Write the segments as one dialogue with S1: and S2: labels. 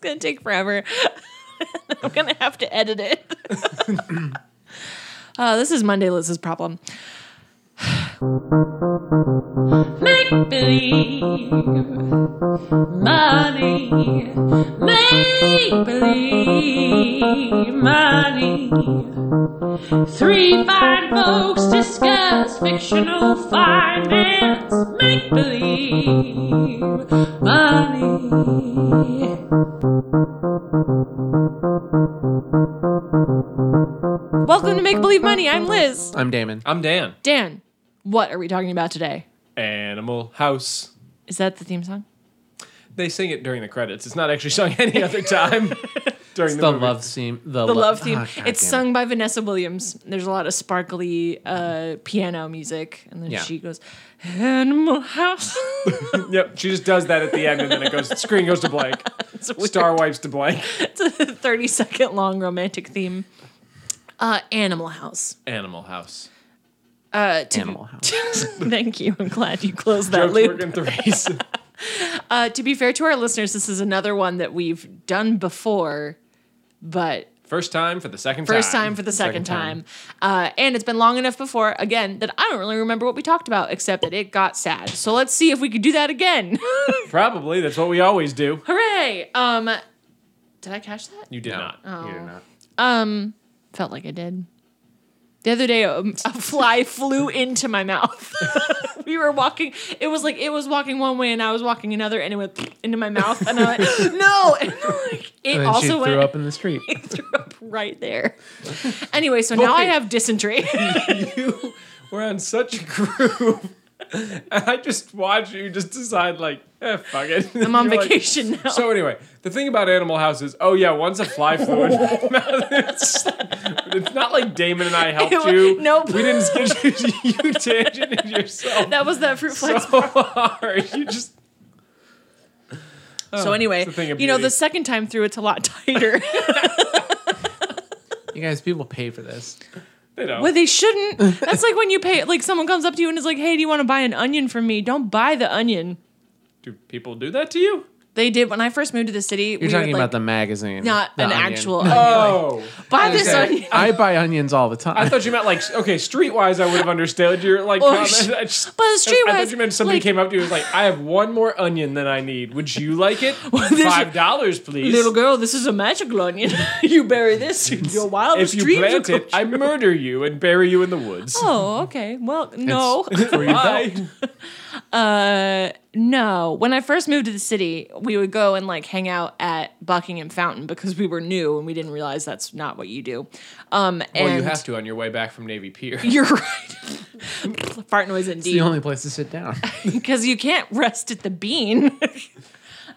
S1: going to take forever. I'm going to have to edit it. uh, this is Monday Liz's problem. Make believe money. Make believe money. Three fine folks discuss fictional finance. Make believe money. Welcome to Make Believe Money. I'm Liz.
S2: I'm Damon.
S3: I'm Dan.
S1: Dan, what are we talking about today?
S3: Animal House.
S1: Is that the theme song?
S3: They sing it during the credits. It's not actually sung any other time during
S2: The,
S3: the, movie.
S2: love scene. The,
S1: The
S2: lo-
S1: love theme.
S2: Ah, God
S1: it's
S2: damn it.
S1: sung by Vanessa Williams. There's a lot of sparkly uh, piano music, and then
S2: Yeah.
S1: she goes, "Animal House."
S3: Yep, she just does that at the end, and then it goes. Screen goes to blank.
S1: it's, a
S3: Star wipes to blank.
S1: it's a 30 second long romantic theme. Uh, Animal House.
S3: Animal House.
S1: Uh, to-
S2: Animal House.
S1: Thank you. I'm glad you closed that
S3: Jokes
S1: loop.
S3: work in threes.
S1: Uh, to be fair to our listeners, this is another one that we've done before, but
S3: First time for the second time.
S1: First time for the second, time.
S2: Second
S1: Uh, and it's been long enough before, again, that I don't really remember what we talked about, except that it got sad. So let's see if we could do that again.
S3: Probably that's what we always do.
S1: Hooray! Um, did I catch that?
S3: You did
S2: No,
S3: not.
S1: Oh.
S2: you did not.
S1: Um, felt like I did. The other day, um, a fly flew into my mouth. we were walking. It was like it was walking one way, and I was walking another, and it went into my mouth. And I went, "No!" And like, it
S2: And then
S1: also
S2: she
S1: went.
S2: threw up in the street.
S1: it threw up right there. Anyway, so now I have dysentery.
S3: you were on such a groove. And I just watch you just decide like, eh, fuck it.
S1: I'm on vacation now.
S3: so anyway, the thing about Animal House is, oh yeah, once a fly flew in my mouth, it's, it's not like Damon and I helped
S1: It wa-
S3: you.
S1: nope.
S3: we didn't schedule you. You tangented yourself
S1: that was that fruit
S3: so
S1: flies.
S3: hard. You just
S1: So anyway,
S3: it's a thing of
S1: you know,
S3: beauty.
S1: the second time through, it's a lot tighter.
S2: You guys, people pay for this.
S3: you know.
S1: well, they shouldn't. That's like when you pay. Like someone comes up to you and is like, "Hey, do you want to buy an onion from me?" Don't buy the onion.
S3: do people do that to you?
S1: They did when I first moved to the city.
S2: You're talking about the magazine,
S1: not
S2: the
S1: an
S2: onion.
S1: actual.
S3: Oh,
S1: buy this
S3: okay.
S1: onion.
S2: I buy onions all the time.
S3: I thought you meant like okay, streetwise. I would have understood your like
S1: Oh,
S3: comment.
S1: sh-
S3: I just-
S1: But
S3: I
S1: streetwise,
S3: thought you meant somebody
S1: like-
S3: came up to you and was like, I have one more onion than I need. Would you like it?
S1: there's a-
S3: Five dollars, please.
S1: Little girl, this is a magical onion. you bury this in your wildest
S3: if you
S1: dreams.
S3: plant
S1: will
S3: it, I murder you and bury you in the woods.
S1: come- oh, okay. Well, no.
S2: It's for you.
S3: Bye.
S1: Uh, no. When I first moved to the city, we would go and like hang out at Buckingham Fountain because we were new and we didn't realize that's not what you do. Um, and
S3: Well, Oh, you have to on your way back from Navy Pier.
S1: You're right. Fart noise
S2: It's the
S1: indeed,
S2: only place to sit down.
S1: because you can't rest at the bean.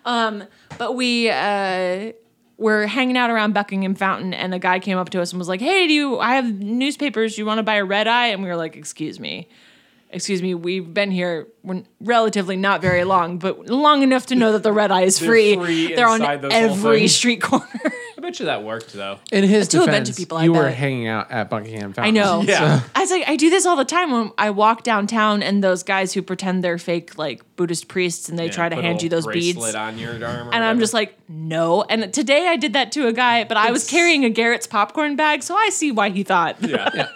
S1: um, but we uh, were hanging out around Buckingham Fountain, and a guy came up to us and was like, "Hey, do you? I have newspapers. Do you want to buy a red eye?" And we were like, "Excuse me." Excuse me, we've been here we're relatively not very long, but long enough to know that the red eye is free.
S3: free
S1: They're on
S3: inside this whole
S1: every
S3: thing.
S1: street corner.
S3: I bet you that worked though.
S2: In his
S1: To a bunch of
S2: defense,
S1: people, I
S2: you were
S1: bet.
S2: hanging out at Buckingham Fountain.
S1: I know.
S3: Yeah.
S1: I was like, I do this all the time when I walk downtown and those guys who pretend they're fake like Buddhist priests and they try to
S3: Put a
S1: hand you
S3: little
S1: those beads.
S3: bracelet on your arm.
S1: And I'm just like, no. And today I did that to a guy, but I was carrying a Garrett's popcorn bag, so I see why he thought.
S3: Yeah.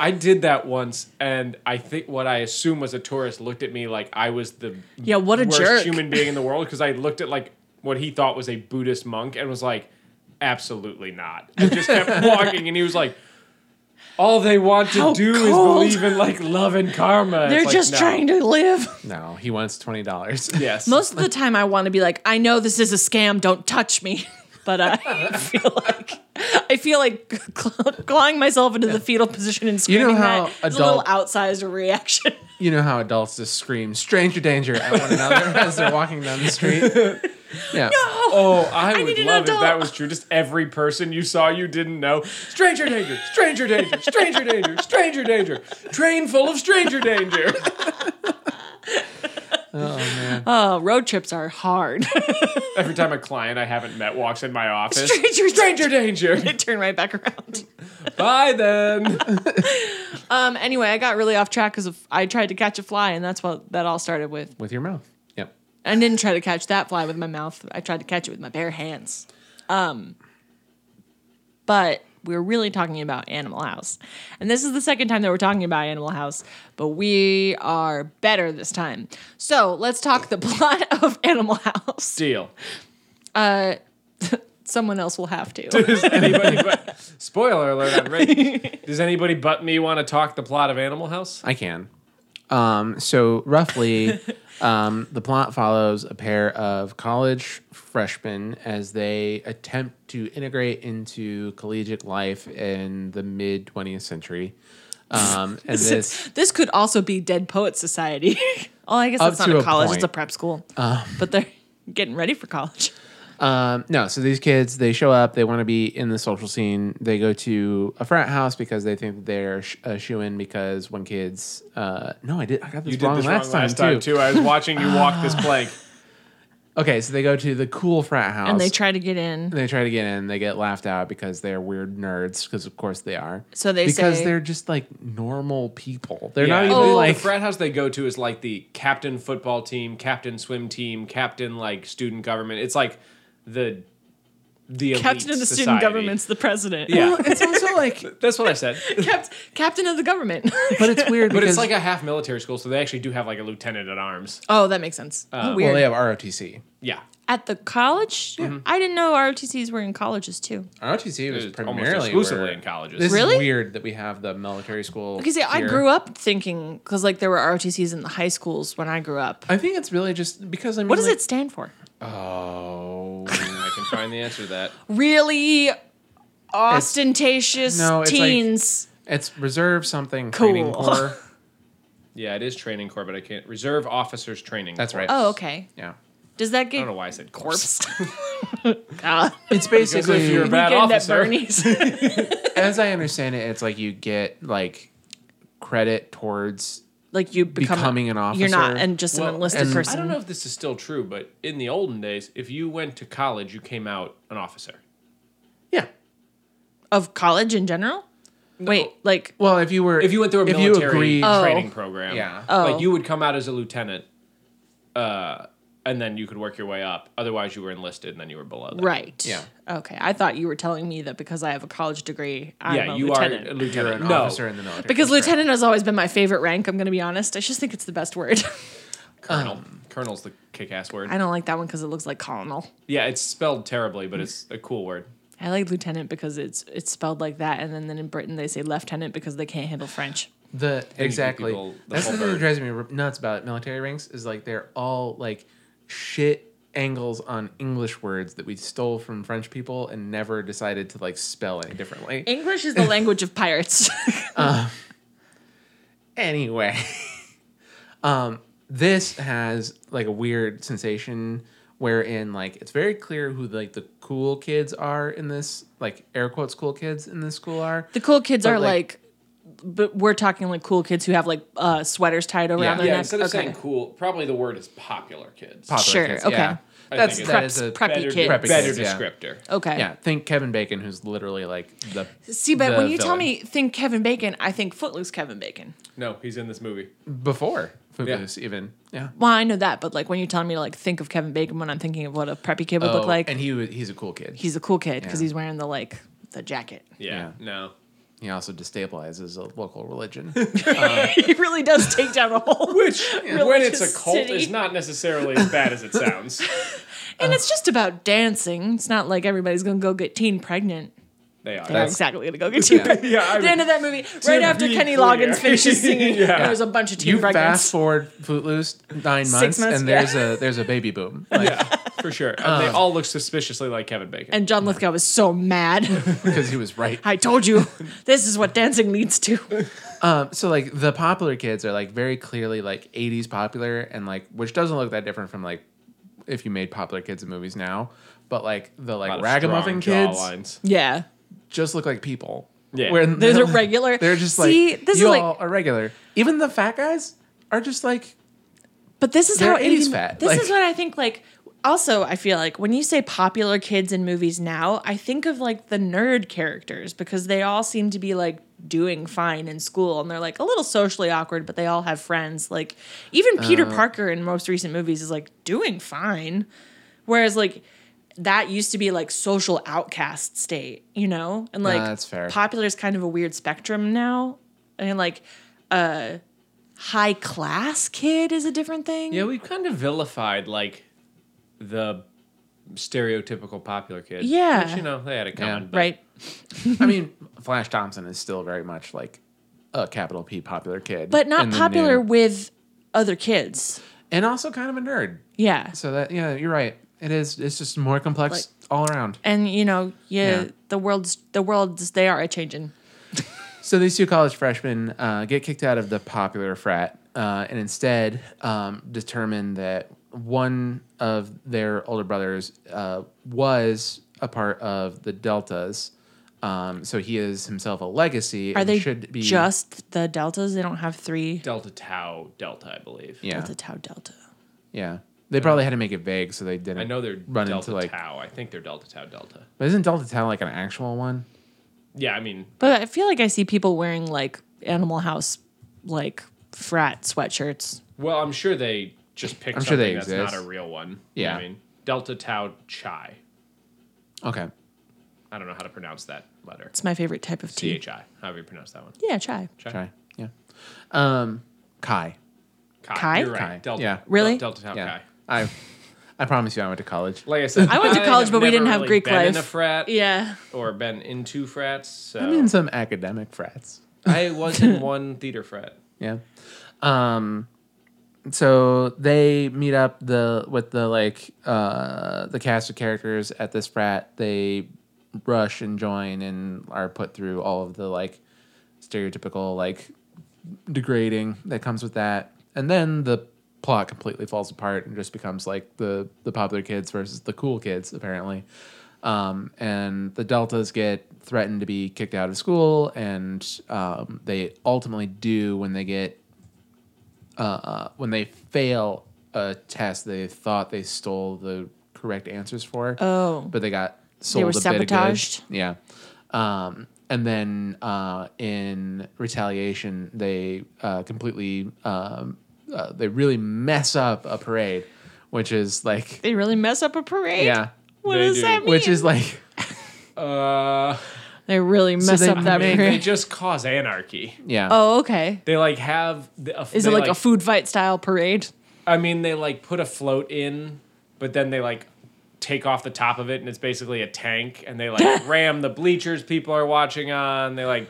S3: I did that once, and I think what I assume was a tourist looked at me like I was the
S1: Yeah, what a
S3: worst
S1: jerk.
S3: human being in the world because I looked at like what he thought was a Buddhist monk and was like, absolutely not. And just kept walking, and he was like, all they want to
S1: How
S3: do
S1: cold."
S3: is believe in like love and karma. It's
S1: They're
S3: like,
S1: just
S3: no.
S1: trying to live.
S2: No, he wants twenty dollars.
S3: Yes.
S1: Most of the time, I want to be like, I know this is a scam. Don't touch me. But I feel like I feel like clawing myself into the fetal position and
S2: You
S1: screaming
S2: know how
S1: that is a little outsized reaction.
S2: You know how adults just scream "stranger danger" at one another as they're walking down the street. Yeah.
S3: Oh, I,
S1: need
S3: would
S1: an
S3: love if
S1: adult.
S3: that was true. Just every person you saw you didn't know. Stranger danger, stranger danger, stranger danger, stranger danger. Train full of stranger danger.
S2: Oh man.
S1: Oh, road trips are hard.
S3: Every time a client I haven't met walks in my office,
S1: Stranger
S3: stranger danger.
S1: Turn right back around.
S3: Bye then.
S1: Um. Anyway, I got really off track because I tried to catch a fly, and that's what that all started with.
S2: With your mouth. Yep.
S1: I didn't try to catch that fly with my mouth. I tried to catch it with my bare hands. Um, but we were really talking about Animal House. And this is the second time that we're talking about Animal House, but we are better this time. So let's talk the plot of Animal House.
S3: Deal.
S1: Someone else will have to.
S3: Does anybody but spoiler alert on Reddit. Does anybody but me want to talk the plot of Animal House?
S2: I can. Um, so roughly, um, the plot follows a pair of college freshmen as they attempt to integrate into collegiate life in the mid 20th century. Um, and this
S1: this could also be Dead Poets Society. oh, I guess
S2: Up
S1: that's not
S2: to
S1: a
S2: a
S1: college, it's
S2: point.
S1: a prep school. but they're getting ready for college.
S2: Um, no, so these kids, they show up, they want to be in the social scene. They go to a frat house because they think that they're sh- a shoe in because one kid's, uh, no, I did, I got this,
S3: You
S2: wrong,
S3: did this
S2: last
S3: wrong last
S2: time,
S3: time too. I was watching you walk this plank.
S2: Okay, so they go to the cool frat house
S1: And they try to get in.
S2: They try to get in, they get laughed out because they're weird nerds because of course they are.
S1: So they
S2: because
S1: say-
S2: they're just like normal people. They're not
S3: Yeah.
S2: even
S1: Oh.
S2: like
S3: the frat house they go to is like the captain football team, captain swim team, captain like student government. It's like the the elite
S1: Captain of the student
S3: society.
S1: government's the president.
S3: Yeah,
S2: Well, it's also like
S3: that's what I said.
S1: Cap- captain of the government.
S2: but it's weird
S3: But
S2: because
S3: it's like a half military school, so they actually do have like a lieutenant at arms.
S1: oh, that makes sense. Oh,
S2: Uh, well Mm-hmm.
S1: weird.
S2: they have ROTC.
S3: Yeah,
S1: At the college? I didn't know ROTCs were in colleges too.
S2: ROTC was
S3: It's almost
S2: primarily
S3: exclusively
S2: where-
S3: in colleges.
S2: This
S1: Really?
S2: is weird that we have the military school.
S1: Because yeah, I
S2: here.
S1: grew up thinking, because like there were ROTCs in the high schools when I grew up.
S2: I think it's really just because I mean,
S1: What does
S2: like-
S1: it stand for?
S2: Oh,
S3: I can find the answer to that.
S1: Really ostentatious
S2: no, it's like-
S1: teens.
S2: it's reserve something
S1: Cool.
S2: training corps.
S3: Yeah, it is training corps, but I can't reserve officers training.
S2: That's
S3: Corps.
S2: right.
S1: oh, okay.
S2: Yeah,
S1: Does that get
S3: I don't know why I said corpse.
S1: corpse? God.
S2: it's
S3: Because if you're
S2: basically
S3: a bad
S1: Weekend at
S3: officer,
S1: Bernie's.
S2: as I understand it, it's like you get like credit towards
S1: like you become
S2: Becoming an
S1: You're not
S2: officer.
S1: and just an
S3: Well,
S1: enlisted
S2: and- I
S1: person.
S3: I don't know if this is still true, but in the olden days, if you went to college, you came out an officer.
S2: yeah.
S1: of college in general. Wait, like
S2: Well, if you were
S3: If you went through a
S2: if
S3: military
S2: you agreed,
S1: Oh.
S3: training program,
S2: Yeah.
S1: Oh.
S3: like you would come out as a lieutenant, uh, and then you could work your way up. Otherwise, you were enlisted, and then you were below. That.
S1: right?
S2: Yeah.
S1: Okay, I thought you were telling me that because I have a college degree, I'm
S3: Yeah,
S1: a
S3: you
S1: lieutenant.
S3: are a
S2: you're
S3: lieutenant.
S2: an
S3: no,
S2: officer in the military.
S1: because
S2: That's
S1: lieutenant has always been my favorite rank. I'm going to be honest. I just think it's the best word.
S3: colonel. Colonel's the kick-ass word.
S1: I don't like that one because it looks like colonel.
S3: yeah, it's spelled terribly, but it's a cool word.
S1: I like lieutenant because it's it's spelled like that, and then, then in Britain they say lieutenant because they can't handle French.
S2: The exactly.
S3: people the
S2: That's
S3: whole
S2: the thing that
S3: bird.
S2: drives me r- nuts about military ranks is like they're all like shit angles on English words that we stole from French people and never decided to like spell any differently.
S1: English is the language of pirates.
S2: anyway um this has like a weird sensation wherein like it's very clear who like the cool kids are in this like air quotes cool kids in this school are
S1: the cool kids
S2: But,
S1: are like,
S2: like-
S1: but we're talking like cool kids who have like uh, sweaters tied around
S2: Yeah.
S1: their
S2: Yeah,
S1: necks. Okay.
S3: cool, probably the word is popular kids.
S1: Sure, okay.
S3: I
S2: that's
S3: think
S2: that
S1: Preps-
S2: is a
S1: preppy
S3: better,
S1: kids.
S2: Preppy
S3: better
S2: kids, yeah.
S3: descriptor.
S1: Okay.
S2: yeah think kevin bacon who's literally like the
S1: See, but
S2: the
S1: when you tell
S2: villain.
S1: me think Kevin Bacon, I think Footloose Kevin Bacon.
S3: No, he's in this movie.
S2: before Footloose even yeah
S1: Well, I know that, but like when you're telling me to like think of Kevin Bacon when I'm thinking of what a preppy kid would look like,
S2: Oh, and he was he's a cool kid
S1: he's a cool kid because
S2: Yeah.
S1: he's wearing the like the jacket.
S3: Yeah, no.
S2: he also destabilizes a local religion
S1: he really does take down a whole
S3: Which, when it's a
S1: Religious
S3: cult,
S1: city.
S3: is not necessarily as bad as it sounds.
S1: And it's just about dancing. It's not like everybody's gonna go get teen pregnant.
S3: They are.
S1: They're exactly gonna go get teen pregnant.
S3: yeah, I
S1: At the end
S3: mean,
S1: of that movie, right after
S3: be
S1: Kenny
S3: clear.
S1: Loggins finishes singing,
S3: Yeah.
S1: there's a bunch of teen
S2: you fast
S1: pregnants.
S2: forward Footloose nine months,
S1: months,
S2: and
S1: yeah.
S2: there's a there's a baby boom like,
S3: for sure. And they all look suspiciously like Kevin Bacon.
S1: And John Lithgow is so mad.
S2: because he was right
S1: I told you, this is what dancing leads to.
S2: so like the popular kids are like very clearly like 80s popular and like which doesn't look that different from like if you made popular kids in movies now but like the
S3: A lot
S2: like
S3: of
S2: ragamuffin
S3: strong
S2: kids
S3: jawlines.
S1: Yeah.
S2: just look like people
S3: Yeah.
S2: Where
S1: Those
S2: they're-
S1: are regular.
S2: they're just
S1: See,
S2: like
S1: this
S2: you
S1: is like,
S2: all are regular even the fat guys are just like
S1: but this is
S2: they're
S1: how 80s
S2: 80s fat,
S1: This
S2: like-
S1: is what I think. Like, also, I feel like when you say popular kids in movies now, I think of like the nerd characters because they all seem to be like doing fine in school and they're like a little socially awkward, but they all have friends. Like even Peter
S2: Oh.
S1: Parker in most recent movies is like doing fine. Whereas like that used to be like social outcast state, you know? And like
S2: that's fair.
S1: popular is kind of a weird spectrum now. And like a high class kid is a different thing.
S3: Yeah, we've kind of vilified like the stereotypical popular kid.
S1: Yeah.
S3: Which, you know, they had it coming. but-
S1: Right.
S2: I mean, Flash Thompson is still very much like a capital P popular kid,
S1: but not
S2: in the
S1: popular
S2: new-
S1: with other kids.
S2: and also kind of a nerd.
S1: Yeah.
S2: So that yeah, you're right. It is. It's just more complex all around.
S1: And you know, yeah,
S2: Yeah.
S1: the world's the world's they are a changing.
S2: So these two college freshmen uh, get kicked out of the popular frat uh, and instead um, determine that one of their older brothers uh, was a part of the Deltas. Um, so he is himself a legacy.
S1: Are
S2: and
S1: they
S2: should be
S1: just the deltas? They don't have three
S3: Delta Tau Delta, I believe.
S2: Yeah,
S1: delta tau delta.
S2: yeah. They probably had to make it vague so they didn't.
S3: I know they're
S2: run
S3: Delta
S2: into like.
S3: Tau. I think they're Delta Tau Delta.
S2: But isn't Delta Tau like an actual one?
S3: Yeah, I mean,
S1: But I feel like I see people wearing like Animal House like frat sweatshirts.
S3: well, I'm sure they just picked
S2: I'm sure
S3: something
S2: they
S3: that's
S2: exist.
S3: not a real one.
S2: Yeah.
S3: I mean, Delta Tau Chi.
S2: Okay.
S3: I don't know how to pronounce that letter.
S1: It's my favorite type of
S3: T
S1: tea.
S3: H I. However you pronounce that one.
S1: Yeah, try.
S2: Try. Yeah. Um, Kai.
S3: Chi.
S1: Chi?
S3: You're right.
S2: Chi,
S3: Delta.
S2: yeah.
S1: Really?
S3: Delta Tau
S2: Yeah.
S3: Chi.
S2: I, I promise you, I went to college.
S3: Like I said,
S1: I went to college,
S3: have
S1: but we
S3: never
S1: didn't have
S3: really
S1: Greek
S3: been In
S1: life.
S3: a frat,
S1: Yeah.
S3: or been into frats. So.
S2: I'm in some academic frats.
S3: I was in one theater frat.
S2: Yeah. Um so they meet up the with the like uh the cast of characters at this frat. They rush and join and are put through all of the like stereotypical like degrading that comes with that. And then the plot completely falls apart and just becomes like the the popular kids versus the cool kids apparently. Um, and the deltas get threatened to be kicked out of school, and um, they ultimately do when they get uh, when they fail a test they thought they stole the correct answers for.
S1: Oh.
S2: but they got sold
S1: were
S2: a bit of good.
S1: sabotaged?
S2: Yeah. Um, and then uh, in retaliation, they uh, completely um, uh, they really mess up a parade, which is like
S1: They really mess up a parade.
S2: yeah,
S1: What
S3: They
S1: does
S3: do.
S1: that mean?
S2: which is like
S3: Uh,
S1: they really mess
S2: they
S1: up that
S2: make-
S1: parade.
S3: they just cause anarchy.
S2: yeah.
S1: oh, okay.
S3: They like have. the-
S1: Is
S3: they,
S1: it like, a food fight style parade?
S3: I mean, they like put a float in, but then they like take off the top of it, and it's basically a tank. And they like ram the bleachers people are watching on. They like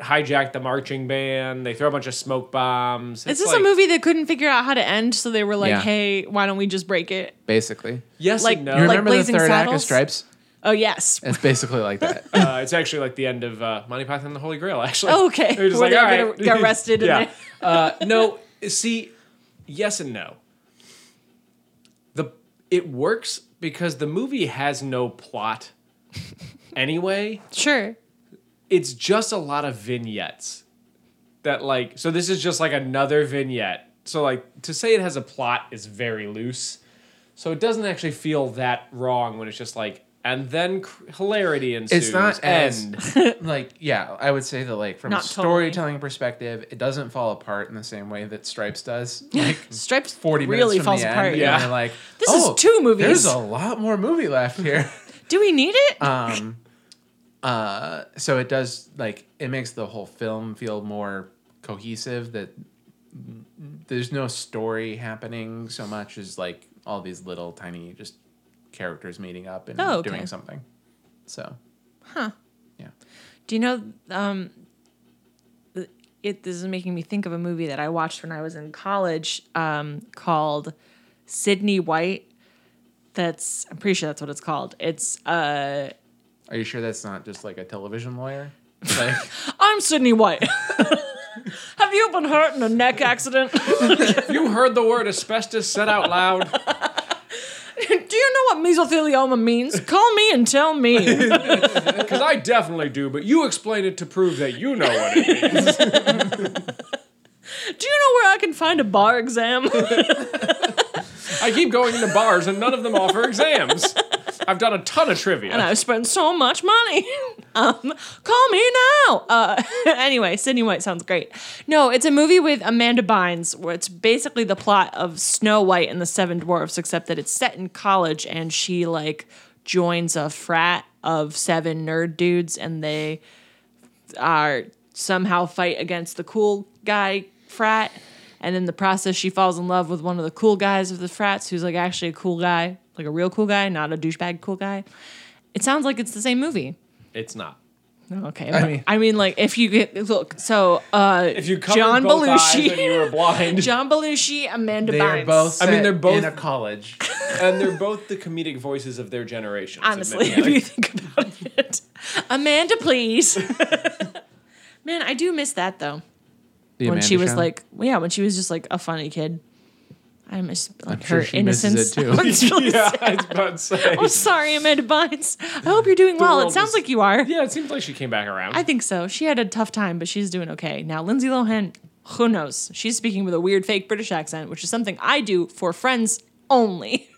S3: hijack the marching band. They throw a bunch of smoke bombs.
S1: Is
S3: It's
S1: this
S3: like-
S1: a movie that couldn't figure out how to end? So they were like,
S2: Yeah.
S1: "Hey, why don't we just break it?"
S2: Basically,
S3: Yes,
S1: like-
S3: and no.
S2: you remember the
S1: Blazing
S2: third act of
S1: Saddles?
S2: Stripes?
S1: Oh yes,
S2: It's basically like that.
S3: Uh, it's actually like the end of uh, Monty Python and the Holy Grail, actually.
S1: Oh, okay.
S3: They're just
S1: Where
S3: like,
S1: they
S3: all
S1: get-
S3: right.
S1: get arrested and
S3: yeah. uh, no, see, yes and no. The It works because the movie has no plot anyway.
S1: sure.
S3: It's just a lot of vignettes that, like, so this is just like another vignette. So, like, to say it has a plot is very loose. So it doesn't actually feel that wrong when it's just like, and then cr- hilarity ensues.
S2: It's not as-
S3: and
S2: like yeah, I would say that like from a
S1: Not totally.
S2: storytelling perspective, it doesn't fall apart in the same way that Stripes does. Like
S1: Stripes
S2: forty minutes
S1: really
S2: from
S1: falls
S2: the
S1: apart.
S2: end,
S3: yeah.
S2: and you're like
S1: This is
S2: "Oh,
S1: two movies."
S2: There's a lot more movie left here.
S1: Do we need it?
S2: um, uh, so it does like it makes the whole film feel more cohesive. That there's no story happening so much as like all these little tiny just characters meeting up and
S1: Oh, okay.
S2: doing something. So
S1: Do you know? Um, th- it this is making me think of a movie that I watched when I was in college um, called Sydney White. That's I'm pretty sure that's what it's called. It's uh,
S2: are you sure that's not just like a television lawyer? Like,
S1: I'm Sydney White. Have you been hurt in a neck accident?
S3: you heard the word asbestos said out loud.
S1: Do you know what mesothelioma means? Call me and tell me.
S3: Because I definitely do, but you explain it to prove that you know what it is.
S1: Do you know where I can find a bar exam?
S3: I keep going into bars and none of them offer exams. I've done a ton of trivia.
S1: and I've spent so much money. um, call me now. Uh, anyway, Sydney White sounds great. No, it's a movie with Amanda Bynes where it's basically the plot of Snow White and the Seven Dwarfs, except that it's set in college and she like joins a frat of seven nerd dudes and they are somehow fight against the cool guy frat. And in the process, she falls in love with one of the cool guys of the frats, who's like actually a cool guy, like a real cool guy, not a douchebag cool guy. It sounds like it's the same movie.
S3: It's not.
S1: Okay, I mean, I mean, like if you get look, so uh,
S3: If you covered
S1: John
S3: both eyes
S1: Belushi,
S3: and you were blind,
S1: John Belushi, Amanda
S2: They are
S1: Bynes.
S2: both.
S3: I mean,
S2: set
S3: they're both-
S2: in a college.
S3: and they're both the comedic voices of their generation.
S1: honestly, if you think about it, Amanda, please. Man, I do miss that though.
S2: The
S1: when
S2: Amanda
S1: she was
S2: Show?
S1: like, well, yeah, when she was just like a funny kid. I miss like
S2: I'm sure
S1: her
S2: she
S1: innocence.
S2: misses it, too.
S1: I was really
S3: yeah,
S1: sad.
S3: I was about to say.
S1: I'm sorry, Amanda Bynes. I hope you're doing well. It
S3: world
S1: sounds
S3: is-
S1: like you are.
S3: Yeah, it seems like she came back around.
S1: I think so. She had a tough time, but she's doing okay. Now, Lindsay Lohan, who knows? She's speaking with a weird fake British accent, which is something I do for friends only.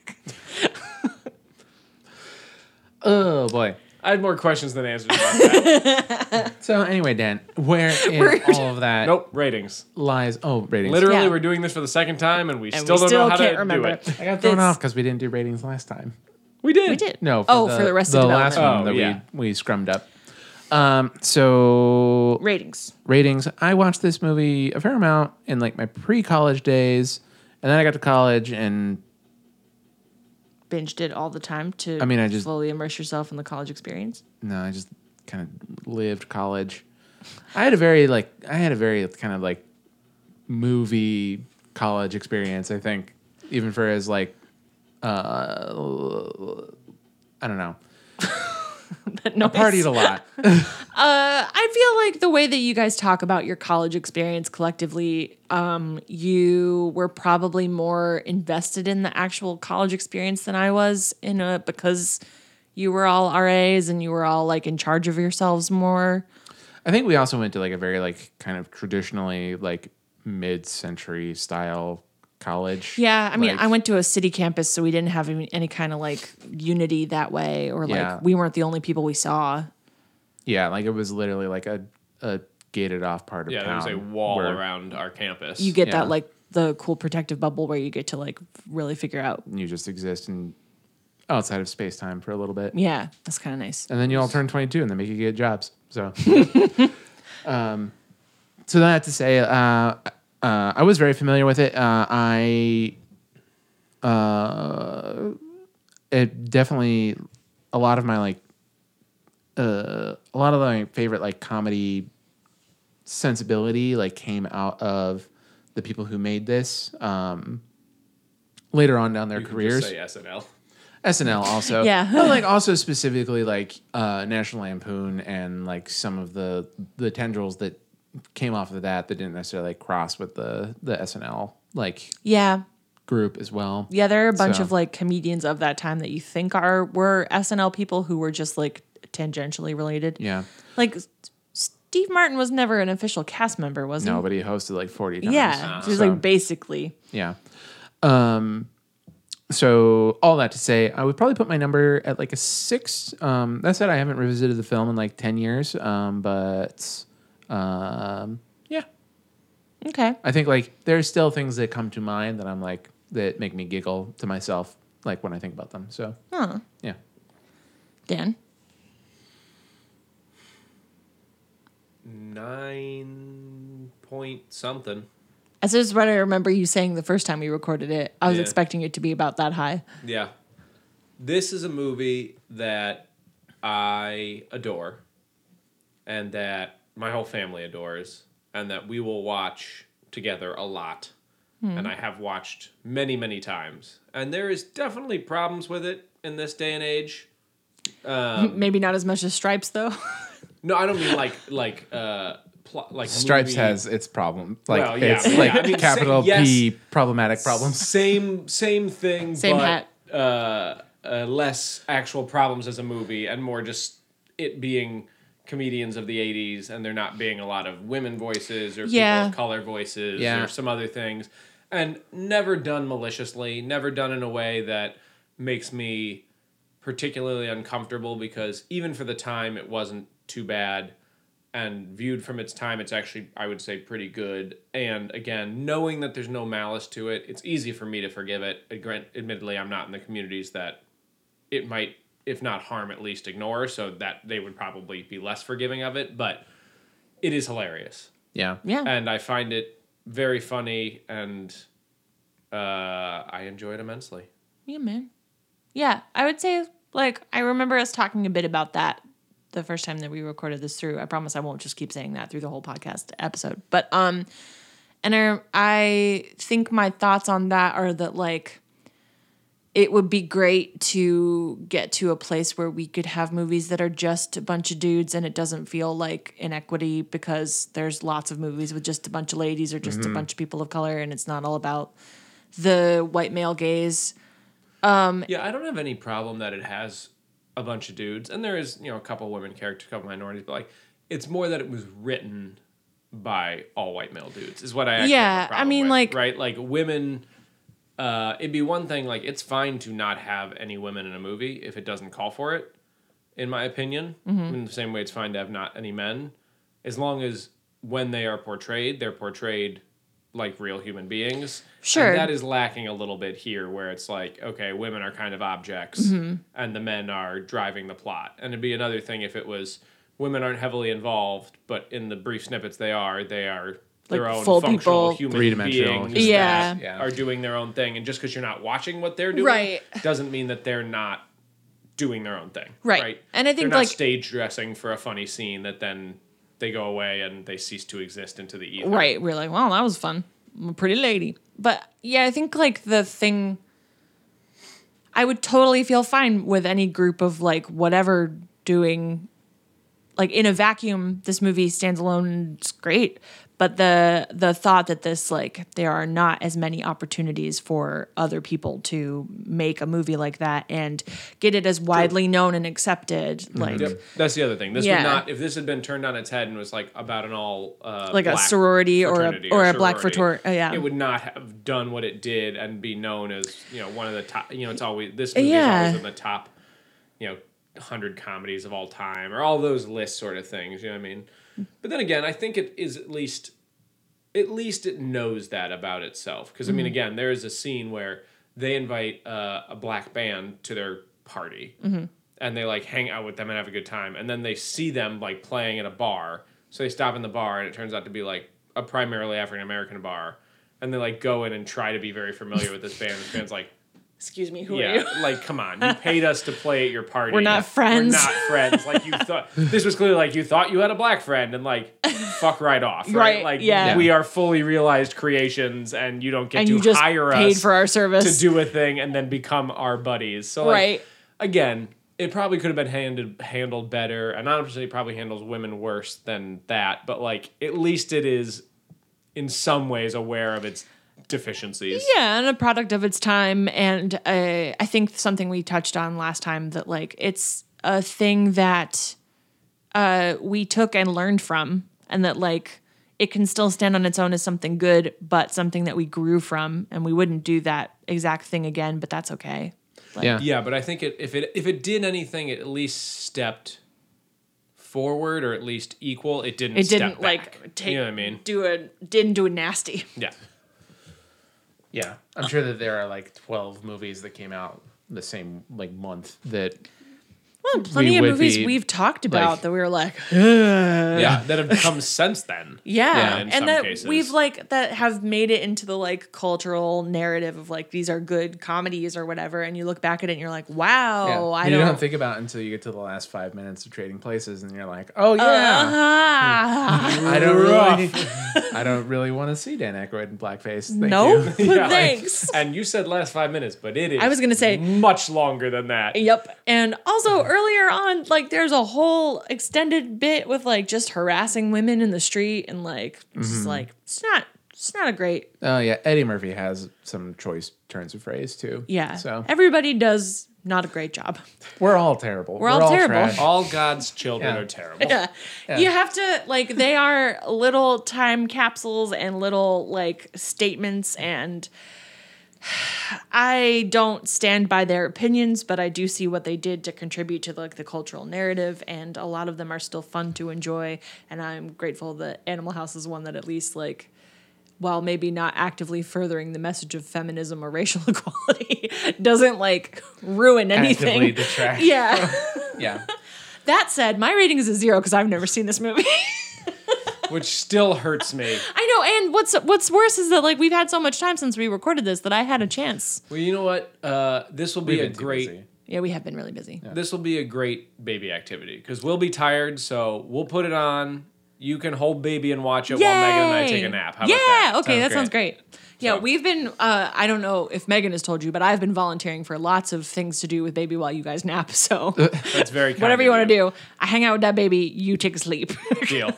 S2: Oh boy.
S3: I had more questions than answers about that.
S2: So anyway, Dan, where in
S1: Rude.
S2: all of that
S3: nope, ratings.
S2: lies? Oh, ratings.
S3: Literally,
S1: Yeah.
S3: we're doing this for the second time, and we
S1: And
S3: still
S1: we
S3: don't
S1: still
S3: know how
S1: can't
S3: to
S1: remember.
S3: do it.
S2: I got thrown
S1: This-
S2: off because we didn't do ratings last time.
S3: We did.
S1: We did.
S2: No.
S1: oh, for the rest of
S2: the last
S1: development.
S2: one
S3: Oh,
S2: that
S3: yeah.
S2: we we scrummed up. Um. So
S1: Ratings.
S2: ratings. I watched this movie a fair amount in like my pre-college days, and then I got to college, and
S1: Binged it all the time to
S2: I mean, I just-
S1: slowly immerse yourself in the college experience.
S2: no, I just kind of lived college. I had a very like I had a very kind of like movie college experience. I think even for as like uh I don't know.
S1: no
S2: Partied a lot.
S1: I feel like the way that you guys talk about your college experience collectively, um, you were probably more invested in the actual college experience than I was in a because you were all RAs and you were all like in charge of yourselves more.
S2: I think we also went to like a very like kind of traditionally like mid-century style college.
S1: Yeah, I mean,
S2: Like-
S1: I went to a city campus, so we didn't have any, any kind of like unity that way, or like
S2: Yeah.
S1: we weren't the only people we saw.
S2: Yeah, like it was literally like a a gated off part of
S3: Yeah, there
S2: town.
S3: was a wall
S2: Um, where-
S3: around our campus.
S1: You get
S2: Yeah.
S1: that like the cool protective bubble where you get to like really figure out.
S2: You just exist in outside of space time for a little bit,
S1: Yeah, that's kind of nice.
S2: and then you all turn twenty two, and they make you get jobs. So, um, so that to say, uh, uh, I was very familiar with it. Uh, I, uh, it definitely a lot of my like, uh, a lot of my favorite like comedy sensibility like came out of the people who made this um later on down their
S3: You can
S2: careers
S3: Just say SNL.
S2: SNL also.
S1: Yeah.
S2: But like also specifically like uh National Lampoon and like some of the the tendrils that came off of that that didn't necessarily cross with the the SNL like
S1: Yeah,
S2: group as well.
S1: Yeah, there are a bunch
S2: So-
S1: of like comedians of that time that you think are were SNL people who were just like tangentially related.
S2: Yeah.
S1: Like S- Steve Martin was never an official cast member, was
S2: No,
S1: he?
S2: but he hosted like 40 times.
S1: Yeah. he was
S2: So-
S1: like basically.
S2: Yeah. Um so all that to say, I would probably put my number at like a six. Um that said I haven't revisited the film in like ten years. Um but um yeah.
S1: Okay.
S2: I think like there's still things that come to mind that I'm like that make me giggle to myself, like when I think about them. So
S1: Huh.
S2: yeah,
S1: Dan.
S3: Nine point something.
S1: As is what I remember you saying the first time we recorded it. I was
S3: Yeah.
S1: expecting it to be about that high.
S3: Yeah. This is a movie that I adore and that my whole family adores and that we will watch together a lot. And I have watched many, many times. And there is definitely problems with it in this day and age.
S1: Maybe not as much as Stripes though.
S3: No, I don't mean like like uh pl- like
S2: Stripes
S3: movie-
S2: has its problem. Like
S3: Well, yeah,
S2: it's
S3: yeah,
S2: like
S3: I mean,
S2: capital
S3: say- yes.
S2: P problematic problems.
S3: same same thing
S1: Same
S3: but,
S1: hat.
S3: uh, uh less actual problems as a movie and more just it being comedians of the 80s and there not being a lot of women voices or people
S1: Yeah.
S3: of color voices
S2: Yeah.
S3: or some other things and never done maliciously, never done in a way that makes me particularly uncomfortable because even for the time it wasn't too bad and viewed from its time it's actually I would say pretty good and again knowing that there's no malice to it it's easy for me to forgive it Adgra- admittedly I'm not in the communities that it might if not harm at least ignore so that they would probably be less forgiving of it but it is hilarious
S2: Yeah.
S1: Yeah.
S3: and I find it very funny, and uh, I enjoy it immensely.
S1: Yeah, man. Yeah, I would say like I remember us talking a bit about that the first time that we recorded this through. I promise I won't just keep saying that through the whole podcast episode. But um and I, I think my thoughts on that are that like it would be great to get to a place where we could have movies that are just a bunch of dudes and it doesn't feel like inequity because there's lots of movies with just a bunch of ladies or just a bunch of people of color and it's not all about the white male gaze.
S3: Yeah, I don't have any problem that it has a bunch of dudes, and there is you know a couple women characters, a couple minorities, but like it's more that it was written by all white male dudes is what I actually have a
S1: Yeah, I
S3: problem
S1: mean,
S3: with,
S1: like-
S3: right like women. Uh, it'd be one thing like it's fine to not have any women in a movie if it doesn't call for it, in my opinion.
S1: Mm-hmm.
S3: In the same way, it's fine to have not any men, as long as when they are portrayed, they're portrayed like real human beings. And
S1: Sure.
S3: that is lacking a little bit here, where it's like, okay, women are kind of objects,
S1: Mm-hmm.
S3: and the men are driving the plot. And it'd be another thing if it was women aren't heavily involved, but in the brief snippets they are, they are. Their
S1: Like
S3: own
S1: full
S3: functional
S1: people.
S3: human
S2: Three-dimensional,
S3: beings
S2: just
S1: Yeah.
S3: that
S2: Yeah.
S3: are doing their own thing, and just because you're not watching what they're doing,
S1: Right.
S3: doesn't mean that they're not doing their own thing.
S1: Right. And I
S3: They're
S1: think,
S3: not
S1: like-
S3: stage dressing for a funny scene that then they go away and they cease to exist into the ether.
S1: Right. We're like, well, that was fun. I'm a pretty lady. But yeah, I think like the thing I would totally feel fine with any group of like whatever doing like in a vacuum, this movie stands alone and it's great. But the the thought that this like there are not as many opportunities for other people to make a movie like that and get it as widely known and accepted, like
S3: Mm-hmm. Yep. That's the other thing. This
S1: Yeah.
S3: would not if this had been turned on its head and was like about an all uh,
S1: Like a
S3: black
S1: sorority or a-
S3: fraternity
S1: or a black
S3: sorority,
S1: frator- uh, yeah.
S3: It would not have done what it did and be known as, you know, one of the top you know, it's always this movie
S1: Yeah.
S3: is always in the top, you know, hundred comedies of all time or all those list sort of things, you know what I mean? But then again, I think it is at least at least it knows that about itself. Because I
S1: Mm-hmm.
S3: mean, again, there is a scene where they invite uh, a black band to their party,
S1: Mm-hmm.
S3: and they like hang out with them and have a good time, and then they see them like playing at a bar, so they stop in the bar, and it turns out to be like a primarily African American bar, and they like go in and try to be very familiar with this band. This band's like.
S1: excuse me, who are you?
S3: Yeah, like come on, you paid us to play at your party.
S1: We're not friends.
S3: We're not friends. Like you thought this was clearly like you thought you had a black friend, and like fuck right off, right?
S1: Right,
S3: Like
S1: yeah.
S3: we are fully realized creations, and you don't get
S1: And
S3: to
S1: you just
S3: hire
S1: paid
S3: us
S1: for our
S3: to
S1: service.
S3: do a thing and then become our buddies. So like,
S1: Right.
S3: again, it probably could have been handed handled better, and honestly, it probably handles women worse than that. But like at least it is in some ways aware of its deficiencies.
S1: Yeah, and a product of its time. And uh, I think something we touched on last time that like it's a thing that uh, we took and learned from, and that like it can still stand on its own as something good, but something that we grew from, and we wouldn't do that exact thing again. But that's okay.
S2: Yeah.
S3: Yeah, but I think it, if it if it did anything, it at least stepped forward or at least equal. It didn't.
S1: It
S3: step
S1: didn't
S3: back.
S1: like take
S3: You know what I mean?
S1: do a didn't do a nasty.
S3: Yeah.
S2: Yeah. I'm sure that there are like 12 movies that came out the same like month that
S1: Well, plenty of
S2: would
S1: movies
S2: be,
S1: we've talked about
S2: like-
S1: that we were like,
S3: yeah, that have come since then.
S1: Yeah,
S2: Yeah, in
S1: and
S3: some
S1: that
S3: cases.
S1: we've like that have made it into the like cultural narrative of like these are good comedies or whatever, and you look back at it and you're like, wow, I
S2: you
S1: don't.
S2: don't, think about it until you get to the last five minutes of trading places, and you're like, "Oh
S1: Uh-huh.
S2: yeah,
S1: Ah,
S2: I don't really, I don't really want to see Dan Aykroyd in blackface." Thank
S1: no,
S2: you.
S1: but
S3: Yeah, like-
S1: thanks.
S3: and you said last five minutes, but it is.
S1: I was gonna say-
S3: much longer than that.
S1: Yep. And also earlier on, like there's a whole extended bit with like just harassing women in the street and like
S2: Mm-hmm.
S1: just like it's not it's not a great
S2: Oh yeah, Eddie Murphy has some choice turns of phrase too.
S1: yeah.
S2: So
S1: everybody does Not a great job.
S2: We're all terrible. We're,
S1: all terrible.
S2: trash.
S3: All God's children
S2: Yeah.
S3: are terrible.
S1: Yeah. You have to like they are little time capsules and little like statements and I don't stand by their opinions, but I do see what they did to contribute to like the cultural narrative and a lot of them are still fun to enjoy and I'm grateful that Animal House is one that at least like while maybe not actively furthering the message of feminism or racial equality, doesn't like ruin anything.
S2: Actively detract.
S1: Yeah.
S2: yeah.
S1: That said, my rating is a zero because I've never seen this movie.
S3: Which still hurts me.
S1: I know, and what's what's worse is that like we've had so much time since we recorded this that I had a chance.
S3: Well, you know what? Uh, this will be
S2: We've
S3: a
S2: been too
S3: great.
S2: busy.
S1: Yeah, we have been really busy.
S3: This will be a great baby activity because we'll be tired, so we'll put it on. You can hold baby and watch it while Megan and I take a nap. How
S1: yeah,
S3: about that?
S1: okay, that
S2: Sounds
S1: sounds great. Yeah,
S3: So-
S1: we've been. Uh, I don't know if Megan has told you, but I've been volunteering for lots of things to do with baby while you guys nap. So
S3: That's very kind
S1: whatever
S3: of
S1: you want to do, I hang out with that baby. You take a sleep.
S3: Deal.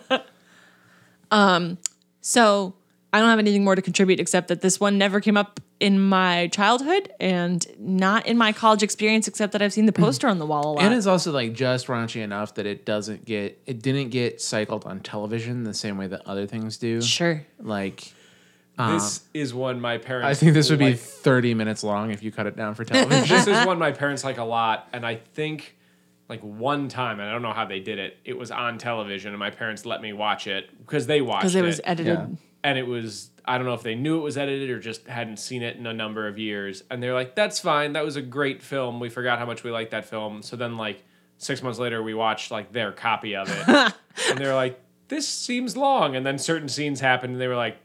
S1: so I don't have anything more to contribute except that this one never came up in my childhood and not in my college experience, except that I've seen the poster on the wall a lot.
S2: And it's also like just raunchy enough that it doesn't get it didn't get cycled on television the same way that other things do.
S1: sure.
S2: Like
S3: This is one my parents.
S2: Um, I think this would be
S3: like-
S2: 30 minutes long if you cut it down for television.
S3: this is one my parents like a lot, and I think like one time, and I don't know how they did it. It was on television, and my parents let me watch it because they watched
S1: because it was edited.
S2: Yeah.
S3: and it was I don't know if they knew it was edited or just hadn't seen it in a number of years. And they're like, "That's fine. That was a great film. We forgot how much we liked that film." So then, like six months later, we watched like their copy of it, and they're like, "This seems long." And then certain scenes happened, and they were like,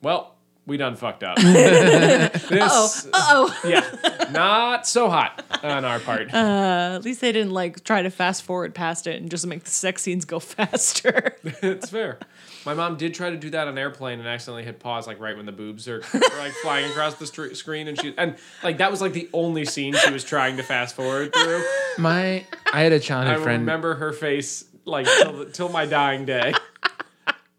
S3: "Well, we done fucked up." this,
S1: Oh,
S3: yeah, not so hot on our part.
S1: at least they didn't like try to fast forward past it and just make the sex scenes go faster.
S3: It's fair. My mom did try to do that on airplane and accidentally hit pause like right when the boobs are, are, like flying across the str- screen and she and like that was like the only scene she was trying to fast forward through.
S2: my I had a
S3: I
S2: childhood friend
S3: remember her face like till, the- till my dying day.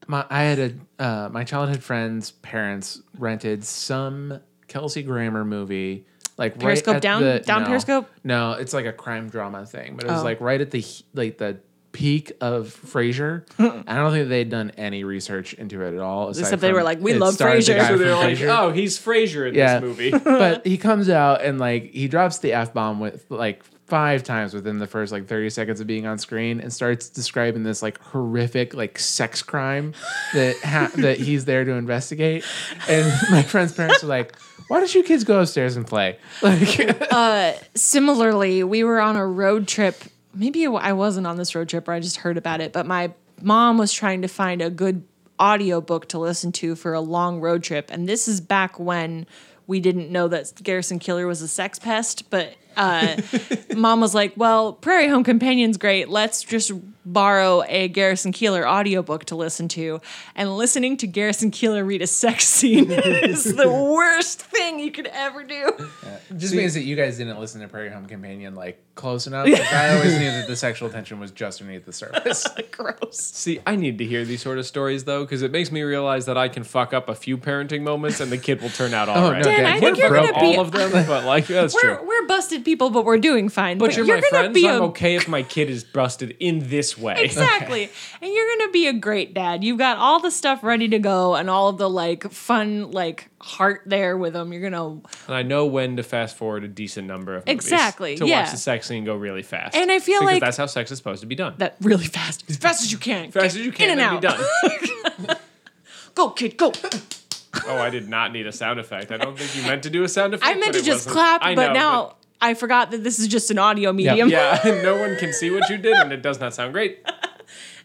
S2: my I had a uh, my childhood friend's parents rented some Kelsey Grammer movie like
S1: Periscope
S2: right at
S1: Down?
S2: the-
S1: Down
S2: no.
S1: Periscope?
S2: No, it's like a crime drama thing, but it was
S1: Oh.
S2: like right at the he- like the peak of Frasier. I don't think they'd done any research into it at all. aside
S1: Except they
S2: from
S1: were like, "We
S2: it
S1: love
S2: starred the
S1: Frasier."
S2: guy
S3: So
S2: from
S3: they're like,
S2: Frasier.
S3: "Oh, he's Frasier in
S2: Yeah.
S3: this movie."
S2: but he comes out and like he drops the f bomb with like five times within the first like 30 seconds of being on screen and starts describing this like horrific like sex crime that ha- that he's there to investigate and my friend's parents are like why don't you kids go upstairs and play like
S1: Similarly, we were on a road trip. Maybe it wa- I wasn't on this road trip or I just heard about it, but my mom was trying to find a good audiobook to listen to for a long road trip. And this is back when we didn't know that Garrison Killer was a sex pest, but uh, mom was like, Well, Prairie Home Companion's great. Let's just borrow a Garrison Keeler audiobook to listen to. And listening to Garrison Keeler read a sex scene is the worst thing you could ever do.
S2: just means that you guys didn't listen to prairie home companion like close enough 'cause i always knew that the sexual tension was just underneath the surface
S1: Gross.
S3: See, I need to hear these sort of stories though cuz it makes me realize that I can fuck up a few parenting moments and the kid will turn out all right.
S2: Oh, no, Dan,
S1: Dan, I think
S2: we're
S1: you're
S2: broke
S1: gonna be.
S3: all of them, but like that's true.
S1: we're, we're busted people, but we're doing fine.
S3: But you're, my
S1: gonna
S3: friend,
S1: be
S3: so I'm
S1: a-
S3: okay if my kid is busted in this way.
S1: Exactly. And you're going to be a great dad. You've got all the stuff ready to go and all of the like fun, like heart there with them. You're going to.
S3: And I know when to fast forward a decent number of movies
S1: Exactly,
S3: to
S1: yeah.
S3: watch the sex scene go really fast.
S1: And I feel
S3: because
S1: like-
S3: that's how sex is supposed to be done.
S1: That really fast, as fast as you can.
S3: fast as you can,
S1: in and
S3: then
S1: out.
S3: be done.
S1: Go, kid, go.
S3: oh, I did not need a sound effect. I don't think you meant to do a sound effect.
S1: I meant
S3: but
S1: to
S3: it
S1: just
S3: wasn't.
S1: clap,
S3: I
S1: but
S3: know,
S1: now I forgot that this is just an audio medium.
S3: but- yeah, no one can see what you did, and it does not sound great.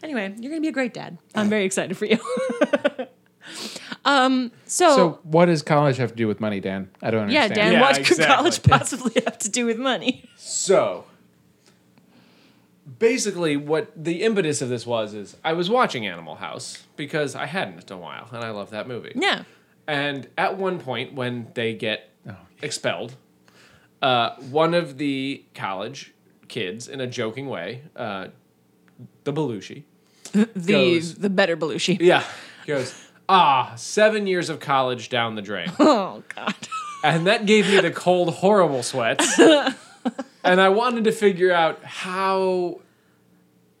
S1: Anyway, you're going to be a great dad. I'm very excited for you. um.
S2: so what does college have to do with money dan i don't
S1: Yeah,
S2: understand
S1: Dan,
S3: Yeah,
S1: what could
S3: exactly.
S1: college possibly have to do with money?
S3: So basically what the impetus of this was is I was watching Animal House because I hadn't in a while and I love that movie.
S1: Yeah.
S3: And at one point, when they get
S1: Oh,
S3: expelled, uh, one of the college kids, in a joking way, uh, the Belushi,
S1: The
S3: Goes.
S1: the better Belushi.
S3: yeah, goes, ah, seven years of college down the drain.
S1: Oh God.
S3: and that gave me the cold, horrible sweats. and I wanted to figure out how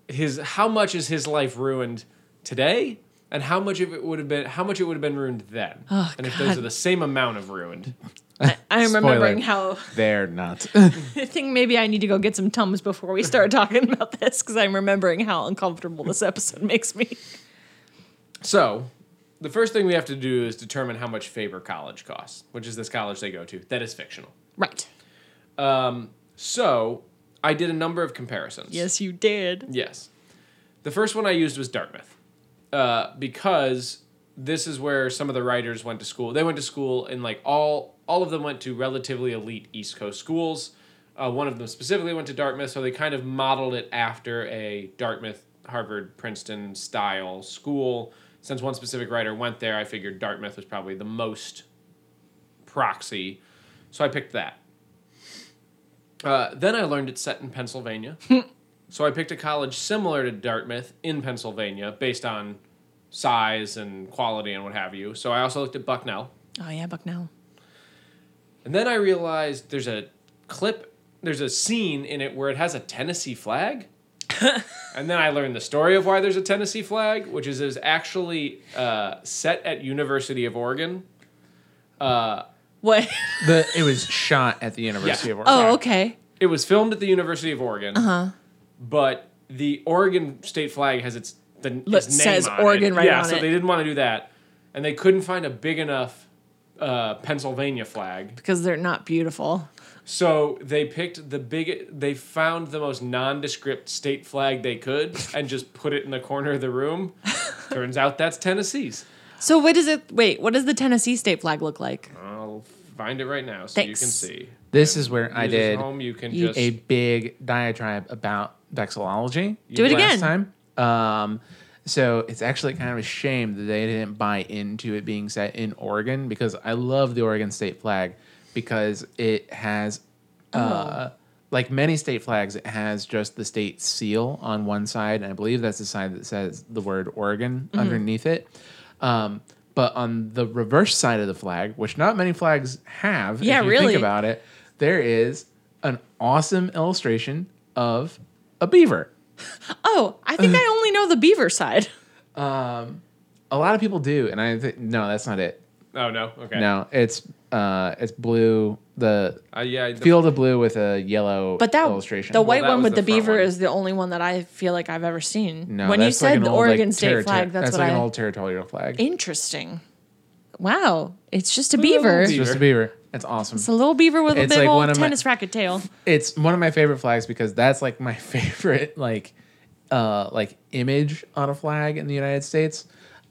S3: his how much is his life ruined today, and how much of it would have been how much it would have been ruined then,
S1: Oh,
S3: and if those
S1: God.
S3: are the same amount of ruined.
S1: I, I'm
S2: Spoiler.
S1: remembering how
S2: They're not.
S1: I think maybe I need to go get some tums before we start talking about this because I'm remembering how uncomfortable this episode makes me.
S3: So, the first thing we have to do is determine how much Faber College costs, which is this college they go to. That is fictional.
S1: Right.
S3: So, I did a number of comparisons.
S1: Yes, you did.
S3: Yes. The first one I used was Dartmouth uh, because this is where some of the writers went to school. They went to school and like all all of them went to relatively elite East Coast schools. Uh, one of them specifically went to Dartmouth, so they kind of modeled it after a Dartmouth, Harvard, Princeton style school. Since one specific writer went there, I figured Dartmouth was probably the most proxy, so I picked that. Uh, then I learned it's set in Pennsylvania. So I picked a college similar to Dartmouth in Pennsylvania based on size and quality and what have you. So I also looked at Bucknell.
S1: Oh yeah, Bucknell.
S3: And then I realized there's a clip, there's a scene in it where it has a Tennessee flag. and then I learned the story of why there's a Tennessee flag, which is it was actually uh, set at University of Oregon.
S1: What?
S2: the it was shot at the University
S3: Yeah.
S2: of Oregon.
S1: Oh, okay.
S3: It was filmed at the University of Oregon. Uh-huh. But the Oregon state flag has its the its name
S1: says
S3: on
S1: Oregon
S3: it.
S1: right
S3: yeah,
S1: on
S3: so
S1: it.
S3: they didn't want to do that, and they couldn't find a big enough uh, Pennsylvania flag.
S1: Because they're not beautiful.
S3: So they picked the big. They found the most nondescript state flag they could and just put it in the corner of the room. Turns out that's Tennessee's.
S1: So what is it? Wait, what does the Tennessee state flag look like?
S3: I'll find it right now so you
S1: Thanks.
S3: can see.
S2: This is where I
S3: Users
S2: did
S3: Home, you can
S1: You-
S3: just
S2: a big diatribe about vexillology.
S1: Do it
S2: last
S1: again.
S2: time. Um, so it's actually kind of a shame that they didn't buy into it being set in Oregon because I love the Oregon state flag because it has,
S1: Oh.
S2: uh, like many state flags, it has just the state seal on one side, and I believe that's the side that says the word Oregon
S1: Mm-hmm.
S2: underneath it. Um, but on the reverse side of the flag, which not many flags have,
S1: Yeah,
S2: if you
S1: really.
S2: think about it, there is an awesome illustration of a beaver.
S1: Oh, I think I only know the beaver side.
S2: A lot of people do, and I think no, that's not it.
S3: Oh no. Okay.
S2: No, it's uh, it's blue. The
S3: Uh, yeah. The,
S2: field of blue with a yellow
S1: But that
S2: illustration.
S1: the white
S3: that
S1: one
S3: was
S1: with the,
S3: the front
S1: beaver
S3: one.
S1: is the only one that I feel like I've ever seen.
S2: No,
S1: when you
S2: that's like
S1: said
S2: an
S1: the
S2: old, like,
S1: Oregon state
S2: terri-
S1: flag, that's, what
S2: like
S1: I.
S2: an old territorial flag.
S1: Interesting. Wow, it's just a
S3: little
S1: beaver.
S2: It's just a beaver. It's awesome.
S1: It's a little beaver with a
S2: It's
S1: big
S2: like
S1: old
S2: one of my-
S1: tennis racket tail.
S2: it's one of my favorite flags because that's like my favorite like uh like image on a flag in the United States.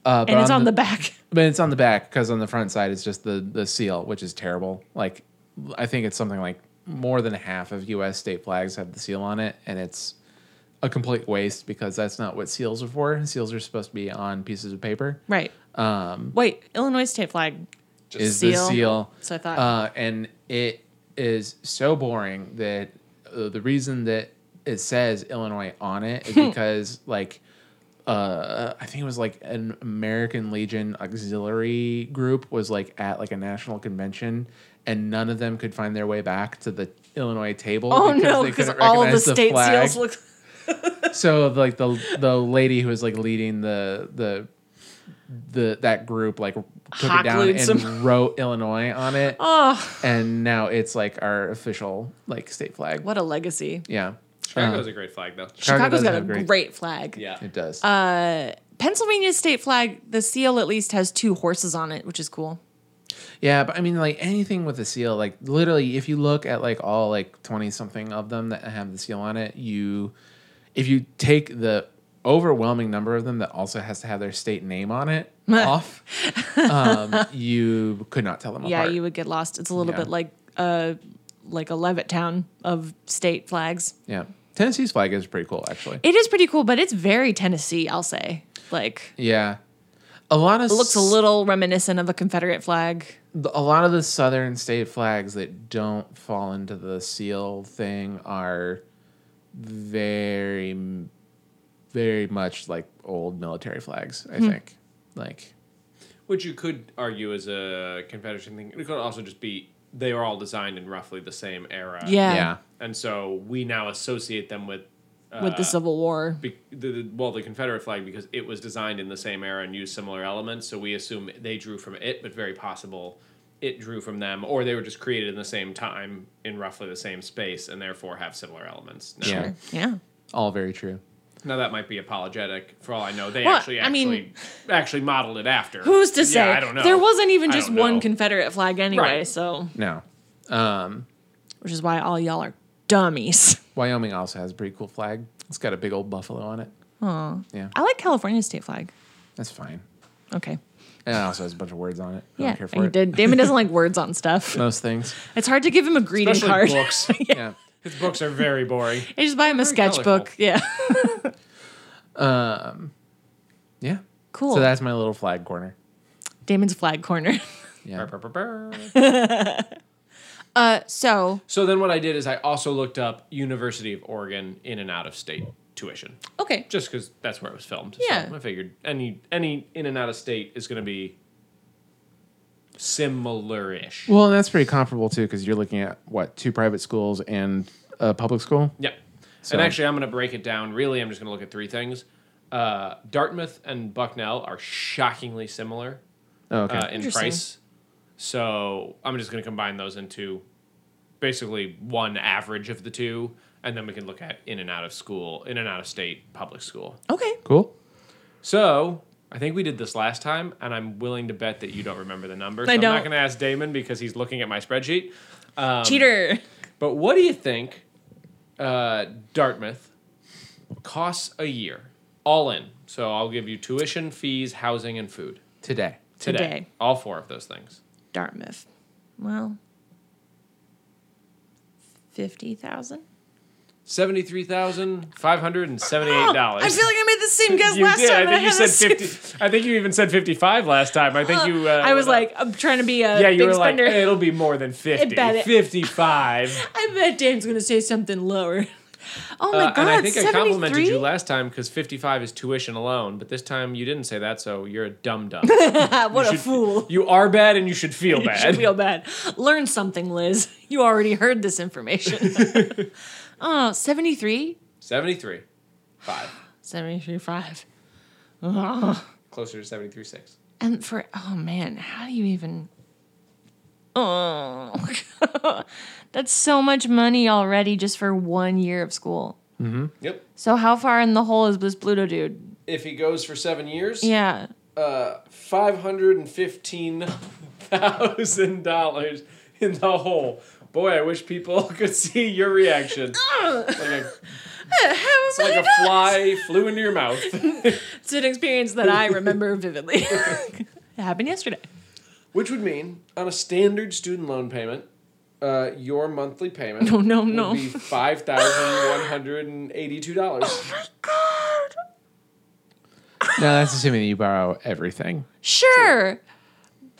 S2: Uh, but
S1: And it's on the back.
S2: But it's on the back because on the front side it's just the the seal, which is terrible. Like I think it's something like more than half of U.S. state flags have the seal on it, and it's a complete waste because that's not what seals are for. Seals are supposed to be on pieces of paper.
S1: Right. Um, Wait, Illinois state flag.
S2: is the
S1: seal.
S2: seal?
S1: So I thought-
S2: uh, and it is so boring that uh, the reason that it says Illinois on it is because like uh, I think it was like an American Legion auxiliary group was like at like a national convention, and none of them could find their way back to the Illinois table.
S1: Oh no,
S2: they
S1: because
S2: couldn't
S1: all the
S2: recognize
S1: state
S2: flag.
S1: seals look.
S2: so like the the lady who was like leading the the the that group like took
S1: Hot
S2: it down
S1: glued
S2: and
S1: some-
S2: wrote Illinois on it,
S1: Oh,
S2: and now it's like our official like state flag.
S1: what a legacy.
S2: Yeah,
S3: Chicago's
S2: uh,
S3: a great flag though.
S2: Chicago
S1: Chicago's
S2: does
S1: got a Uh,
S2: have
S1: great,
S2: great-
S1: flag.
S3: Yeah.
S2: it does.
S1: Pennsylvania's state flag, the seal at least has two horses on it, which is cool.
S2: Yeah, but I mean, like anything with a seal, like literally, if you look at like all like twenty something of them that have the seal on it, you, if you take the overwhelming number of them that also has to have their state name on it off, um, you could not tell them
S1: Yeah,
S2: apart.
S1: you would get lost. It's a little
S2: Yeah.
S1: bit like uh like a Levittown of state flags.
S2: yeah, Tennessee's flag is pretty cool, actually.
S1: It is pretty cool, but it's very Tennessee, I'll say. Like
S2: yeah, a lot of
S1: it looks a little reminiscent of a Confederate flag.
S2: a lot of the southern state flags that don't fall into the seal thing are very very much like old military flags i
S1: Hmm.
S2: think like
S3: Which you could argue is a Confederation thing. It could also just be they were all designed in roughly the same era.
S1: Yeah.
S2: yeah
S3: and so we now associate them with uh,
S1: with the Civil War.
S3: be, the, the, well the Confederate flag because it was designed in the same era and used similar elements. So we assume they drew from it, but very possible it drew from them, or they were just created in the same time in roughly the same space and therefore have similar elements. Now,
S2: Yeah.
S1: Yeah.
S2: All very true.
S3: now that might be apologetic. For all I know, they
S1: Well,
S3: actually
S1: I
S3: actually
S1: mean-
S3: actually modeled it after.
S1: Who's to say?
S3: Yeah, I don't know.
S1: There wasn't even
S3: I
S1: just
S3: don't know.
S1: one Confederate flag anyway,
S3: Right.
S1: so
S2: No. Um,
S1: which is why all y'all are dummies.
S2: Wyoming also has a pretty cool flag. It's got a big old buffalo on it.
S1: Aw.
S2: Yeah.
S1: I like California's state flag.
S2: That's fine.
S1: Okay.
S2: And it also has a bunch of words on it. I
S1: yeah,
S2: don't care for
S1: he
S2: it.
S1: did. Damon doesn't like words on stuff.
S2: Most things.
S1: It's hard to give him a greeting
S3: especially
S1: card.
S3: books.
S2: yeah.
S3: His books are very boring.
S1: I just buy him a
S3: Very
S1: sketchbook.
S3: colorful.
S1: Yeah.
S2: Yeah.
S1: cool.
S2: So that's my little flag corner.
S1: Damon's flag corner.
S2: Yeah.
S3: Brr, brr, brr, brr.
S1: Uh, so
S3: So then what I did is I also looked up University of Oregon in and out of state tuition,
S1: okay.
S3: just because that's where it was filmed.
S1: Yeah.
S3: So I figured any any in and out of state is going to be similar-ish.
S2: Well, and that's pretty comparable too, because you're looking at what two private schools and a public school.
S3: Yep.
S2: So-
S3: and actually, I'm going to break it down. Really, I'm just going to look at three things. Uh, Dartmouth and Bucknell are shockingly similar
S2: Oh, okay.
S3: uh, in
S1: Interesting.
S3: price. So I'm just going to combine those into basically one average of the two, and then we can look at in and out of school, in and out of state public school.
S1: Okay.
S2: cool.
S3: So I think we did this last time, and I'm willing to bet that you don't remember the number. So
S1: I
S3: I'm
S1: don't.
S3: not going to ask Damon because he's looking at my spreadsheet. Um,
S1: Cheater.
S3: But what do you think uh, Dartmouth costs a year, all in? So I'll give you tuition, fees, housing, and food
S2: Today.
S3: today.
S1: Today.
S3: All four of those things.
S1: Dartmouth. Well, 50,000?
S3: Seventy-three thousand five hundred and seventy-eight dollars.
S1: Oh, I feel like I made the same guess
S3: you
S1: last
S3: did.
S1: time. and
S3: I think you
S1: had the same-
S3: said fifty. I think you even said fifty-five last time. I think you. Uh,
S1: I was
S3: went up.
S1: like, I'm trying to be a
S3: yeah,
S1: big
S3: you were like,
S1: spender.
S3: "Eh, it'll be more than fifty.
S1: bet it.
S3: Fifty-five.
S1: I bet Dan's going to say something lower. Oh my
S3: Uh,
S1: God.
S3: and I think I complimented
S1: 73?
S3: you last time because 55 is tuition alone, but this time you didn't say that, so you're a dumb dumb.
S1: what a
S3: should-
S1: fool.
S3: you are bad and you should feel
S1: You
S3: bad.
S1: should feel bad. Learn something, Liz. You already heard this information. oh, 73?
S3: 73. 5.
S1: 73, 5. Oh.
S3: Closer to 73 6.
S1: And for oh man, how do you even? Oh, that's so much money already just for one year of school.
S3: Yep.
S1: So how far in the hole is this Pluto dude?
S3: If he goes for seven years,
S1: Yeah,
S3: uh, $515,000 in the hole. Boy, I wish people could see your reaction. Like a,
S1: Eh,
S3: it's like a fly flew into your mouth.
S1: it's an experience that I remember vividly. it happened yesterday.
S3: Which would mean, on a standard student loan payment, uh, your monthly payment
S1: No, no,
S3: would
S1: no.
S3: be five thousand one hundred and eighty-two dollars.
S1: God,
S2: Now that's assuming you borrow everything.
S1: sure.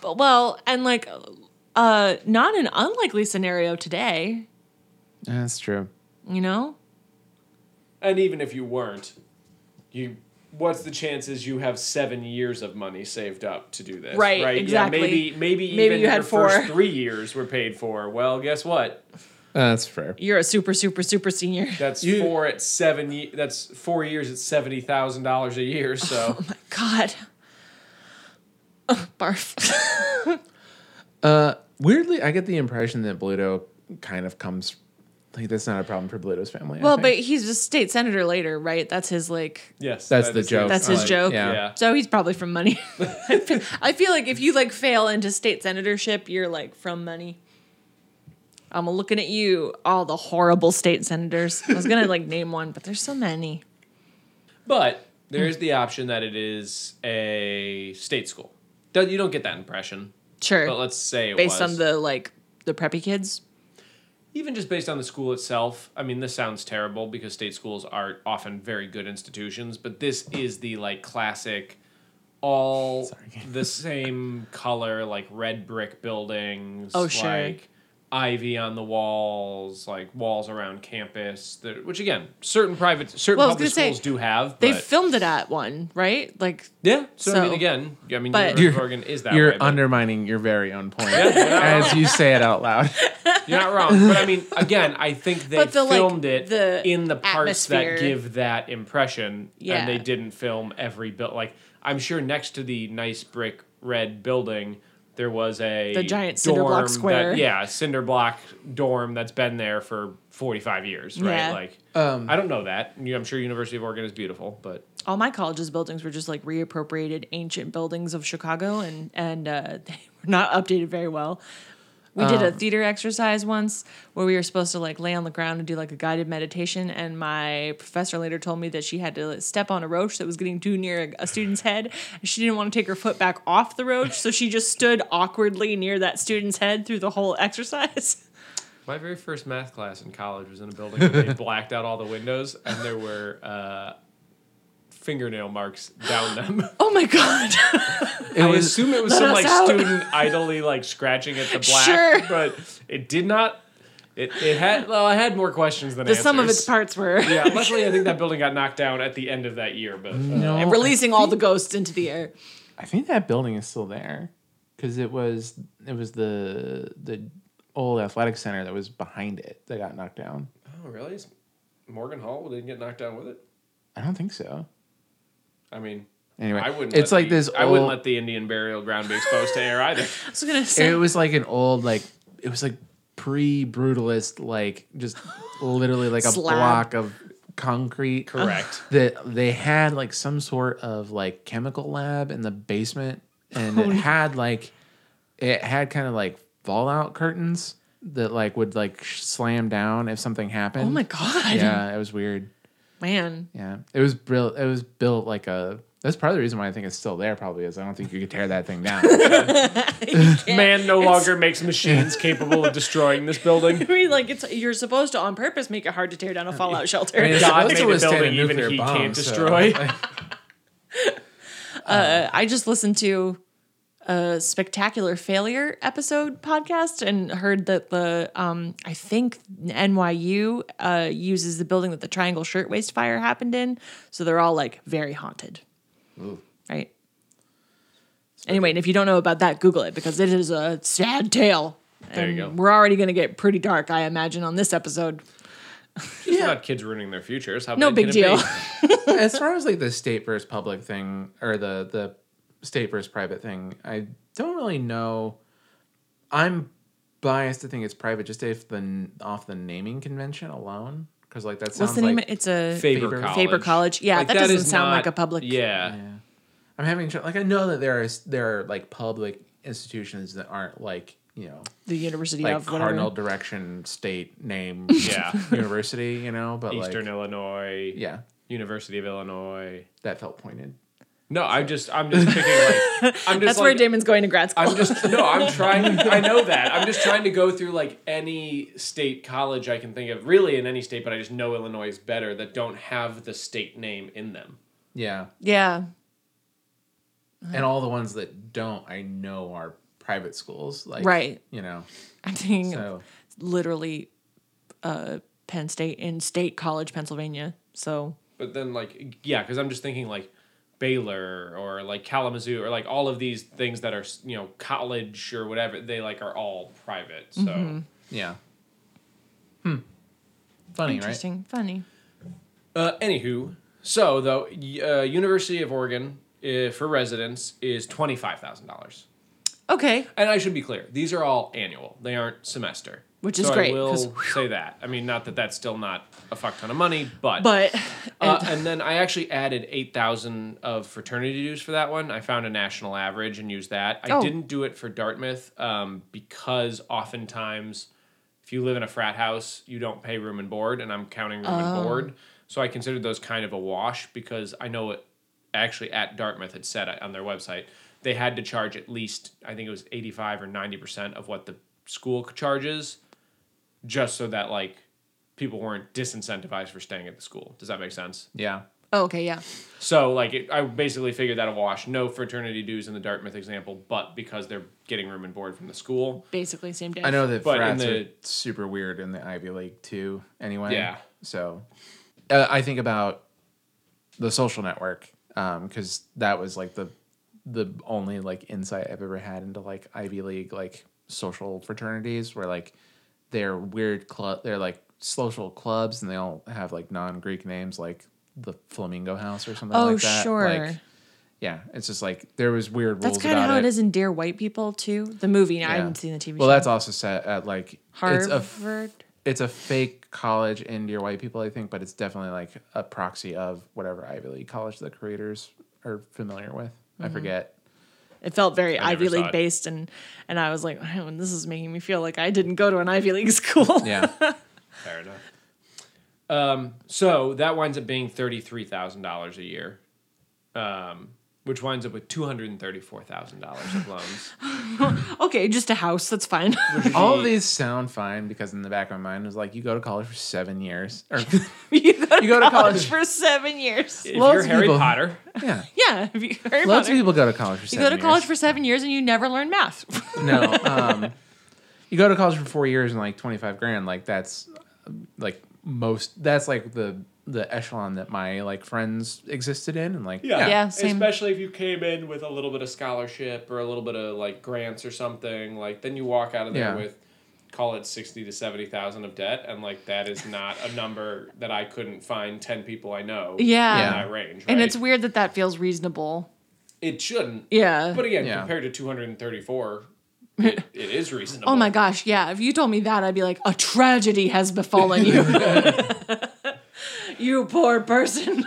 S1: But, well, and like, uh, not an unlikely scenario today.
S2: That's true.
S1: You know,
S3: And even if you weren't, you what's the chances you have seven years of money saved up to do this?
S1: Right,
S3: Right.
S1: exactly.
S3: Yeah, maybe maybe,
S1: Maybe
S3: even
S1: you had
S3: your first
S1: four.
S3: three years were paid for. Well, guess what?
S2: That's fair.
S1: you're a super, super, super senior.
S3: That's
S2: You-
S3: four at seven. ye- That's four years at seventy thousand dollars a year. So
S1: my god. Oh, barf.
S2: Uh, weirdly, I get the impression that Bluto kind of comes like that's not a problem for Bluto's family. I
S1: well,
S2: think.
S1: but he's a state senator later, right? That's his like.
S3: yes,
S2: that's
S3: that
S2: the
S3: is
S2: joke.
S1: That's his
S2: Like,
S1: joke.
S2: Yeah.
S3: Yeah.
S1: So he's probably from money. I feel- I feel like if you like fail into state senatorship, you're like from money. I'm looking at you, all the horrible state senators. I was gonna like name one, but there's so many.
S3: But there is the option that it is a state school. Do- You don't get that impression,
S1: Sure.
S3: but let's say it
S1: based on
S3: was.
S1: the like the preppy kids.
S3: even just based on the school itself. I mean, this sounds terrible because state schools are often very good institutions, but this is the like classic, all
S2: Sorry.
S3: the same color, like red brick buildings.
S1: Oh, sure.
S3: Like, ivy on the walls, like walls around campus, that, which again, certain private, certain
S1: Well, I was
S3: public
S1: gonna say,
S3: schools do have.
S1: They
S3: but-
S1: filmed it at one, right? Like
S3: yeah. So, I mean,
S1: so-
S3: again, I mean,
S1: but-
S3: University of Oregon is that
S2: You're
S3: way, but
S2: undermining your very own point
S3: you're not
S2: as you say it out loud.
S3: you're not wrong. But I mean, again, I think they
S1: But the, like,
S3: filmed it
S1: the
S3: in the parts
S1: atmosphere.
S3: that give that impression,
S1: Yeah.
S3: and they didn't film every build. Like I'm sure next to the nice brick red building. There was a
S1: The giant cinder block
S3: dorm that-
S1: square.
S3: yeah, cinder block dorm that's been there for 45 years, right?
S1: Yeah.
S3: Like, I don't know that. You- I'm sure University of Oregon is beautiful, but
S1: all my college's buildings were just like reappropriated ancient buildings of Chicago, and and uh, they were not updated very well. We did
S3: Um.
S1: a theater exercise once where we were supposed to like lay on the ground and do like a guided meditation, and my professor later told me that she had to step on a roach that was getting too near a, a student's head. And she didn't want to take her foot back off the roach, so she just stood awkwardly near that student's head through the whole exercise.
S3: My very first math class in college was in a building where they blacked out all the windows and there were uh, fingernail marks down them.
S1: Oh my god!
S2: It
S3: I
S2: was
S3: assume it was
S1: Let
S3: some
S1: us
S3: like
S1: out.
S3: student idly like scratching at the black,
S1: Sure.
S3: but it did not. It, it had well, I had more questions than
S1: the
S3: answers.
S1: sum of its parts were
S3: Yeah, luckily I think that building got knocked down at the end of that year, but uh,
S1: Mm.
S2: no.
S1: releasing all the ghosts into the air.
S2: I think that building is still there because it was it was the the old athletic center that was behind it that got knocked down.
S3: oh really? Is Morgan Hall didn't get knocked down with it.
S2: I don't think so.
S3: I mean,
S2: Anyway,
S3: I wouldn't.
S2: it's
S3: let
S2: like
S3: the-
S2: this.
S3: I wouldn't
S2: old-
S3: let the Indian burial ground be exposed to air either.
S1: I was gonna say
S2: it was like an old like it was like pre-brutalist like just literally like a
S1: Slab.
S2: block of concrete
S3: Correct.
S2: that they had like some sort of like chemical lab in the basement
S1: Oh,
S2: and it had like it had kind of like fallout curtains that like would like sh- slam down if something happened
S1: Oh my god.
S2: yeah it was weird
S1: Man.
S2: yeah it was built it was built like a that's part of the reason why I think it's still there. Probably is I don't think you could tear that thing down.
S3: Man no longer makes machines capable of destroying this building.
S1: I mean, like it's you're supposed to on purpose make it hard to tear down a fallout shelter.
S2: mean, it's
S3: God
S2: supposed
S3: made
S2: to
S3: a
S2: withstand a
S3: building even
S2: nuclear
S3: he
S2: bomb,
S3: can't
S2: so-
S3: destroy.
S1: Uh, I just listened to a spectacular failure episode podcast and heard that the um I think NYU uh uses the building that the Triangle Shirtwaist fire happened in, so they're all like very haunted. Right. Anyway, and if you don't know about that, Google it because it is a sad tale.
S3: There you
S1: And
S3: go.
S1: We're already going to get pretty dark, I imagine, on this episode.
S3: It's not kids ruining their futures. How
S1: No
S3: bad
S1: big
S3: can it
S1: deal.
S3: be?
S2: as far as like the state versus public thing or the the state versus private thing, I don't really know. I'm biased to think it's private just if the off the naming convention alone, because like that sounds
S1: What's the
S2: like
S1: name? It's a
S3: Faber,
S2: Faber
S3: College.
S1: Faber College. Yeah, that doesn't
S3: is
S1: sound like a public-
S3: Yeah.
S2: I'm having tr- like I know that there are s- there are like public institutions that aren't like you know
S1: the University
S2: like
S1: of whatever.
S2: cardinal direction state name
S3: Yeah.
S2: university you know but
S3: Eastern
S2: like
S3: Illinois.
S2: yeah
S3: University of Illinois.
S2: that felt pointed
S3: No, I'm just I'm just picking like I'm just
S1: That's
S3: like,
S1: where Damon's going to grad school.
S3: I'm just no, I'm trying I know that. I'm just trying to go through like any state college I can think of, really in any state, but I just know Illinois is better that don't have the state name in them.
S2: yeah
S1: yeah, Uh-huh.
S2: and all the ones that don't i know are private schools like
S1: Right.
S2: you know
S1: I'm thinking of
S2: so
S1: literally uh, Penn State in State College, Pennsylvania. So
S3: But then like yeah, because I'm just thinking like Baylor or like Kalamazoo or like all of these things that are you know college or whatever they like are all private. So
S1: Mm-hmm.
S2: yeah hmm funny right
S1: interesting, funny.
S3: uh, anywho, so though y- uh, University of Oregon uh, for residents is twenty five thousand dollars.
S1: Okay,
S3: And I should be clear, these are all annual. They aren't semester.
S1: Which is
S3: So
S1: great,
S3: I
S1: 'cause-
S3: will say that. I mean, not that that's still not a fuck ton of money, but
S1: but
S3: Uh, and then I actually added eight thousand of fraternity dues for that one. I found a national average and used that. I
S1: Oh.
S3: didn't do it for Dartmouth um, because oftentimes, if you live in a frat house, you don't pay room and board, and I'm counting room and board. So I considered those kind of a wash because I know it. Actually, at Dartmouth, it said on their website they had to charge at least I think it was eighty five or ninety percent of what the school charges, just so that like people weren't disincentivized for staying at the school. Does that make sense?
S2: yeah
S1: Oh, okay, yeah.
S3: So like it, I basically figured that a wash. No fraternity dues in the Dartmouth example, but because they're getting room and board from the school.
S1: Basically, same day.
S2: I know that
S3: But in
S2: frats
S3: the-
S2: are super weird in the Ivy League too. Anyway,
S3: Yeah.
S2: So, uh, I think about the Social Network because that was like the the only like insight I've ever had into like Ivy League like social fraternities where like they're weird club they're like social clubs and they all have like non Greek names like the Flamingo House or something
S1: Oh,
S2: like that.
S1: sure.
S2: Like, yeah, it's just like there was weird
S1: That's
S2: rules
S1: kind of
S2: about
S1: how
S2: it.
S1: it is in Dear White People too. The movie. Now, I
S2: Yeah.
S1: haven't seen the TV show.
S2: Well, that's also set at like it's a f-
S1: Harvard.
S2: it's a fake college in Dear White People, I think, but it's definitely like a proxy of whatever Ivy League college the creators are familiar with.
S1: Mm-hmm.
S2: I forget.
S1: It felt very
S3: I never
S1: Ivy
S3: saw
S1: League
S3: it.
S1: based, and and I was like, oh, this is making me feel like I didn't go to an Ivy League school.
S2: Yeah.
S3: Fair enough. Um, so that winds up being thirty-three thousand dollars a year, um, which winds up with two hundred and thirty-four thousand dollars of loans.
S1: okay, just a house. That's fine.
S2: All of these sound fine because in the back of my mind was like, you go to college for seven years. Or,
S1: you go to,
S2: You go to
S1: college,
S2: college.
S1: for seven years.
S3: if
S2: Lots
S3: you're
S2: of
S3: Harry
S2: people-
S3: Potter,
S2: yeah.
S1: Yeah, have you heard about
S2: Lots
S1: it?
S2: of people go to college for
S1: You
S2: seven
S1: go to college
S2: years.
S1: for seven years and you never learn math.
S2: No. Um, you go to college for four years and like 25 grand. Like that's um, like most, that's like the, the echelon that my like friends existed in. And like,
S3: Yeah.
S1: Yeah, same.
S3: Especially if you came in with a little bit of scholarship or a little bit of like grants or something, like then you walk out of there
S2: Yeah.
S3: with call it sixty to seventy thousand of debt, and like that is not a number that I couldn't find ten people I know
S1: Yeah.
S3: in
S2: Yeah.
S3: that range.
S1: And
S3: right?
S1: it's weird that that feels reasonable.
S3: it shouldn't.
S1: Yeah.
S3: But again,
S2: Yeah.
S3: compared to two hundred and thirty four, it, it is reasonable.
S1: oh my gosh, yeah. If you told me that, I'd be like, a tragedy has befallen you. you poor person.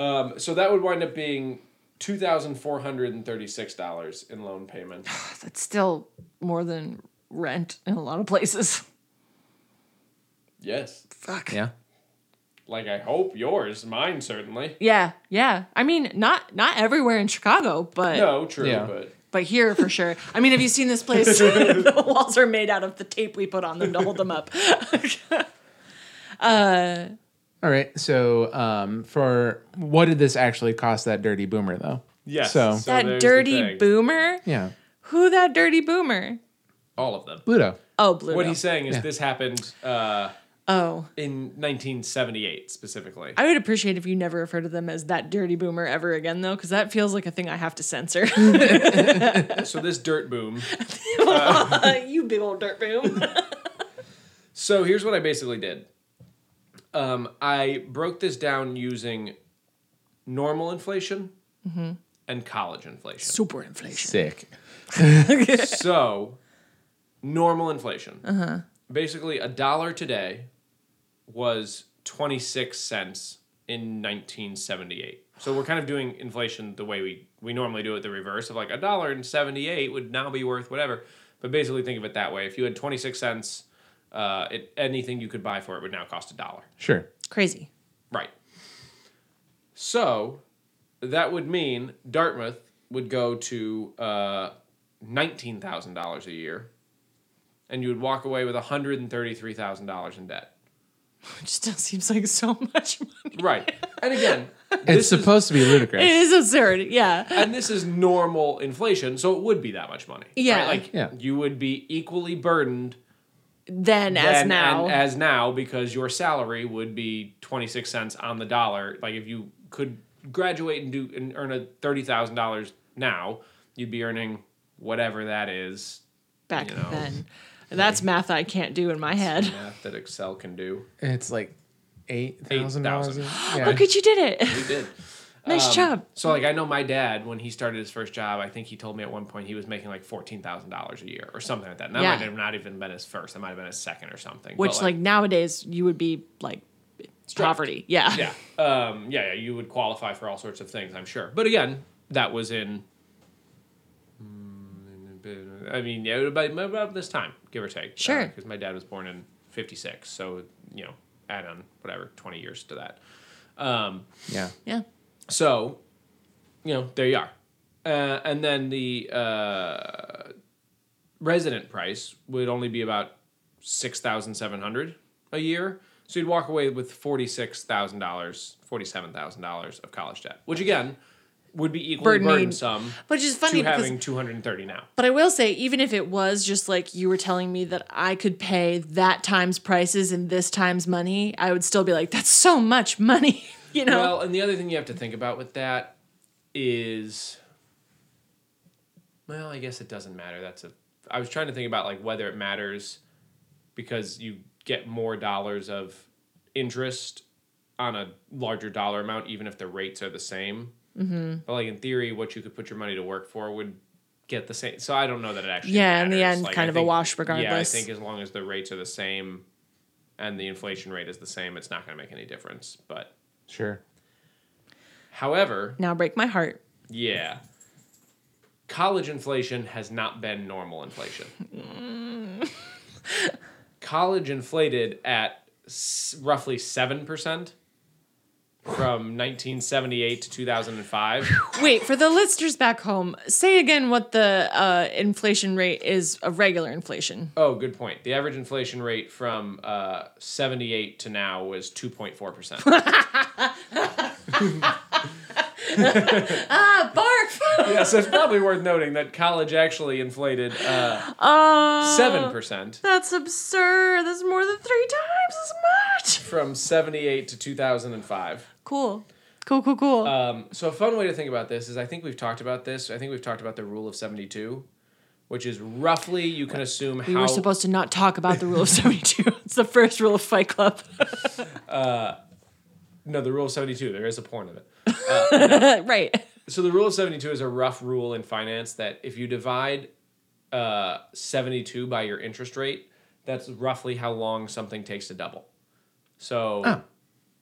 S3: Um, so that would wind up being two thousand four hundred and thirty six dollars in loan payments.
S1: That's still more than rent in a lot of places.
S3: yes.
S1: Fuck.
S2: Yeah.
S3: Like I hope yours, mine certainly.
S1: Yeah, yeah. I mean, not not everywhere in Chicago, but
S3: No, true,
S2: Yeah.
S3: but
S1: but here for sure. I mean, have you seen this place? the walls are made out of the tape we put on them to hold them up.
S3: Oh,
S2: All right. So, um, for what did this actually cost that dirty boomer though?
S3: Yes.
S2: So,
S3: So-
S1: that
S3: there's the
S1: dirty
S3: thing.
S1: boomer.
S2: yeah,
S1: Who that dirty boomer?
S3: all of them.
S2: Pluto.
S1: Oh, Blue.
S3: What he's saying is this happened uh,
S1: oh,
S3: in 1978 specifically.
S1: I would appreciate if you never refer to them as that dirty boomer ever again, though, because that feels like a thing I have to censor.
S3: so this dirt boom.
S1: you big old dirt boom.
S3: So here's what I basically did. Um, I broke this down using normal inflation and college inflation.
S1: Super inflation.
S2: Sick.
S3: so normal inflation. Basically, a dollar today was 26 cents in 1978. So we're kind of doing inflation the way we, we normally do it, the reverse of like a dollar and 78 would now be worth whatever. But basically, think of it that way. If you had 26 cents, uh, it, anything you could buy for it would now cost a dollar.
S2: Sure.
S1: Crazy.
S3: Right. So that would mean Dartmouth would go to uh, nineteen thousand dollars a year, and you would walk away with one hundred and thirty-three thousand dollars in debt.
S1: Which still seems like so much money.
S3: Right. And again,
S2: It's
S3: this is-
S2: supposed to be
S1: It
S2: ludicrous.
S1: is absurd. Yeah.
S3: and this is normal inflation, so it would be that much money. right?
S1: Yeah.
S3: Like
S2: Yeah.
S3: you would be equally burdened
S1: Then, as
S3: then
S1: now.
S3: and as now because your salary would be 26 cents on the dollar like if you could graduate and do and earn a $30,000 now you'd be earning whatever that is
S1: back
S3: you know.
S1: then. That's math I can't do in my head.
S3: math that excel can do
S2: It's like eight thousand dollars.
S3: 8,000.
S2: Yeah.
S1: Look at you did it.
S3: we did
S1: nice
S3: Um,
S1: job.
S3: so like i know my dad when he started his first job i think he told me at one point he was making like $14,000 a year or something like that and that
S1: Yeah.
S3: might have not even been his first that might have been his second or something
S1: Which,
S3: But,
S1: like, nowadays, you would be like poverty. Yeah.
S3: yeah. Um, yeah, yeah, you would qualify for all sorts of things, I'm sure. But again, that was in. mm, I mean, yeah, about, about this time, give or take.
S1: Sure.
S3: Because my dad was born in '56, so you know, add on whatever 20 years to that. Um,
S2: yeah.
S1: Yeah.
S3: so, you know, there you are. Uh, and then the uh, resident price would only be about six thousand seven hundred a year, So you'd walk away with $46,000, $47,000 of college debt, which again would be equally
S1: Burdening.
S3: burdensome
S1: Which is funny
S3: to
S1: because
S3: having 230 now.
S1: But I will say, even if it was just like you were telling me that I could pay that times prices and this times money, I would still be like, that's so much money, you know?
S3: Well, and the other thing you have to think about with that is, well, I guess it doesn't matter. That's a. I was trying to think about like whether it matters, because you get more dollars of interest on a larger dollar amount, even if the rates are the same. Mm-hmm. But like in theory, what you could put your money to work for would get the same. So I don't know that it actually.
S1: Yeah, in the
S3: matters.
S1: end,
S3: Like,
S1: kind
S3: I
S1: of a
S3: think-
S1: wash
S3: Yeah, I
S1: regardless.
S3: think as long as the rates are the same, and the inflation rate is the same, it's not going to make any difference. But
S2: Sure.
S3: however,
S1: now break my heart.
S3: yeah. College inflation has not been normal inflation. College inflated at s- roughly 7% from 1978 to 2005.
S1: Wait, for the listeners back home, say again what the uh, inflation rate is of regular inflation.
S3: Oh, good point. The average inflation rate from uh, 78 to now was 2.4%. Uh,
S1: Ah, barf!
S3: yeah, so it's probably worth noting that college actually inflated uh,
S1: Uh,
S3: 7%.
S1: That's absurd. That's more than three times as much.
S3: From 78 to 2005.
S1: Cool. Cool, cool, cool.
S3: Um, so a fun way to think about this is I think we've talked about this. I think we've talked about the rule of 72, which is roughly you can assume
S1: we
S3: how
S1: were supposed to not talk about the rule of 72. it's the first rule of Fight Club.
S3: No, the rule of 72, there is a porn of it.
S1: right.
S3: So the rule of 72 is a rough rule in finance that if you divide uh, 72 by your interest rate, that's roughly how long something takes to double. So Um,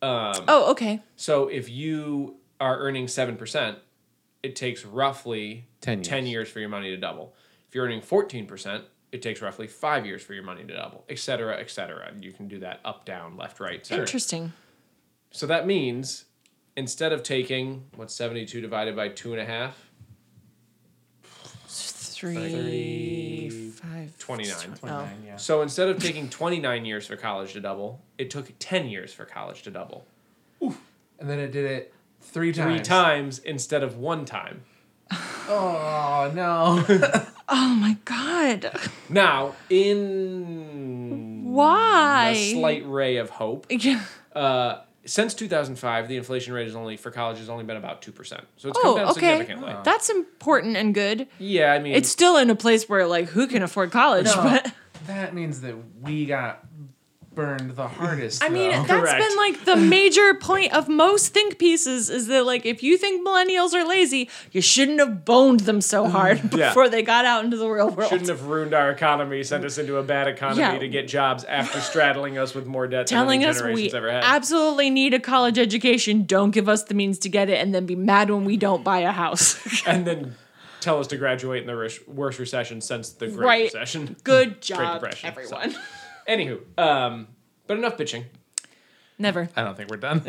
S1: Oh, okay.
S3: so if you are earning 7%, it takes roughly
S2: 10 years.
S3: for your money to double. If you're earning 14%, it takes roughly five years for your money to double, et cetera, et cetera. And you can do that up, down, left, right, et cetera.
S1: Interesting.
S3: So that means instead of taking what's 72 divided by two and a half,
S1: Three, five,
S3: 29.
S1: oh.
S2: yeah.
S3: So instead of taking 29 years for college to double, it took 10 years for college to double.
S2: And then it did it three
S3: Three
S2: times.
S3: times instead of one time.
S2: Oh no.
S1: Oh my god.
S3: Now, in
S1: Why?
S3: a slight ray of hope,
S1: Yeah.
S3: Uh, since 2005, the inflation rate is only for college has only been about two percent, so it's come down
S1: Oh, okay.
S3: significantly.
S1: That's important and good.
S3: Yeah, I mean,
S1: It's still in a place where like who can afford college,
S2: No.
S1: but
S2: that means that we got burned the hardest.
S1: I mean
S2: though.
S1: that's
S3: Correct.
S1: been like the major point of most think pieces is that like if you think millennials are lazy, you shouldn't have boned them so hard
S3: Mm, Yeah.
S1: before they got out into the real world.
S3: shouldn't have ruined our economy, sent us into a bad economy
S1: Yeah.
S3: to get jobs after straddling us with more debt
S1: telling
S3: than any
S1: us we
S3: generations ever had.
S1: absolutely need a college education, don't give us the means to get it, and then be mad when we don't buy a house.
S3: and then tell us to graduate in the res- worst recession since the Great
S1: Right.
S3: Recession.
S1: Good job,
S3: Depression,
S1: everyone.
S3: Anywho, um, but enough bitching.
S1: Never.
S2: I don't think we're done.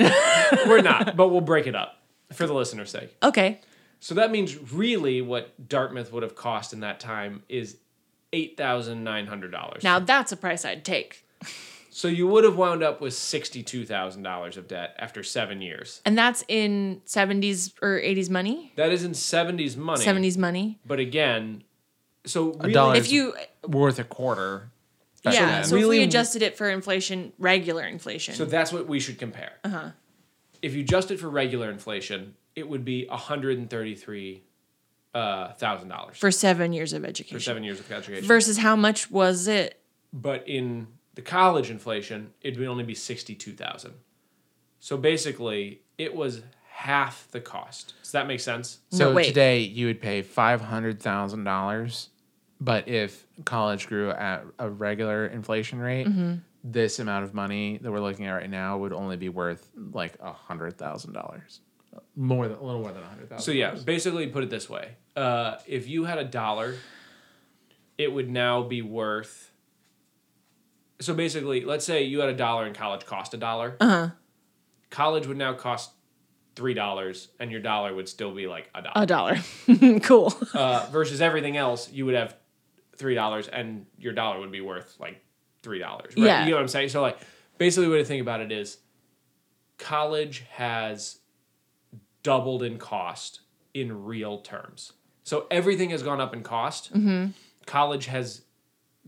S3: We're not, but we'll break it up for the listener's sake.
S1: Okay.
S3: So that means really what Dartmouth would have cost in that time is eight thousand nine hundred dollars.
S1: Now that's a price I'd take.
S3: so you would have wound up with sixty-two thousand dollars of debt after seven years.
S1: And that's in 70s or 80s money?
S3: That is in seventies money.
S1: 70s money.
S3: But again, so really,
S2: dollar
S1: If you,
S2: Worth a quarter. back
S1: yeah,
S2: then.
S1: so if
S3: Really-
S1: we adjusted it for inflation, regular inflation.
S3: so that's what we should compare. Uh-huh. If you adjust it for regular inflation, it would be one hundred and thirty-three uh, thousand dollars
S1: for seven years of
S3: for
S1: education.
S3: seven years of education.
S1: Versus how much was it?
S3: but in the college inflation, it would only be sixty-two thousand. So basically, it was half the cost. Does that make sense?
S2: So
S1: No, wait.
S2: today you would pay five hundred thousand dollars, but if college grew at a regular inflation rate,
S1: Mm-hmm.
S2: this amount of money that we're looking at right now would only be worth like a hundred thousand dollars, more than a little more than a hundred thousand.
S3: So yeah, basically, put it this way: uh, if you had a dollar, it would now be worth. So basically, let's say you had a dollar and college cost a dollar. Uh huh. College would now cost three dollars, and your dollar would still be like a dollar.
S1: A dollar. cool.
S3: uh, versus everything else, you would have three dollars, and your dollar would be worth like three dollars. Right?
S1: Yeah.
S3: You know what I'm saying? So like, basically, the way to think about it is college has doubled in cost in real terms. So everything has gone up in cost. College has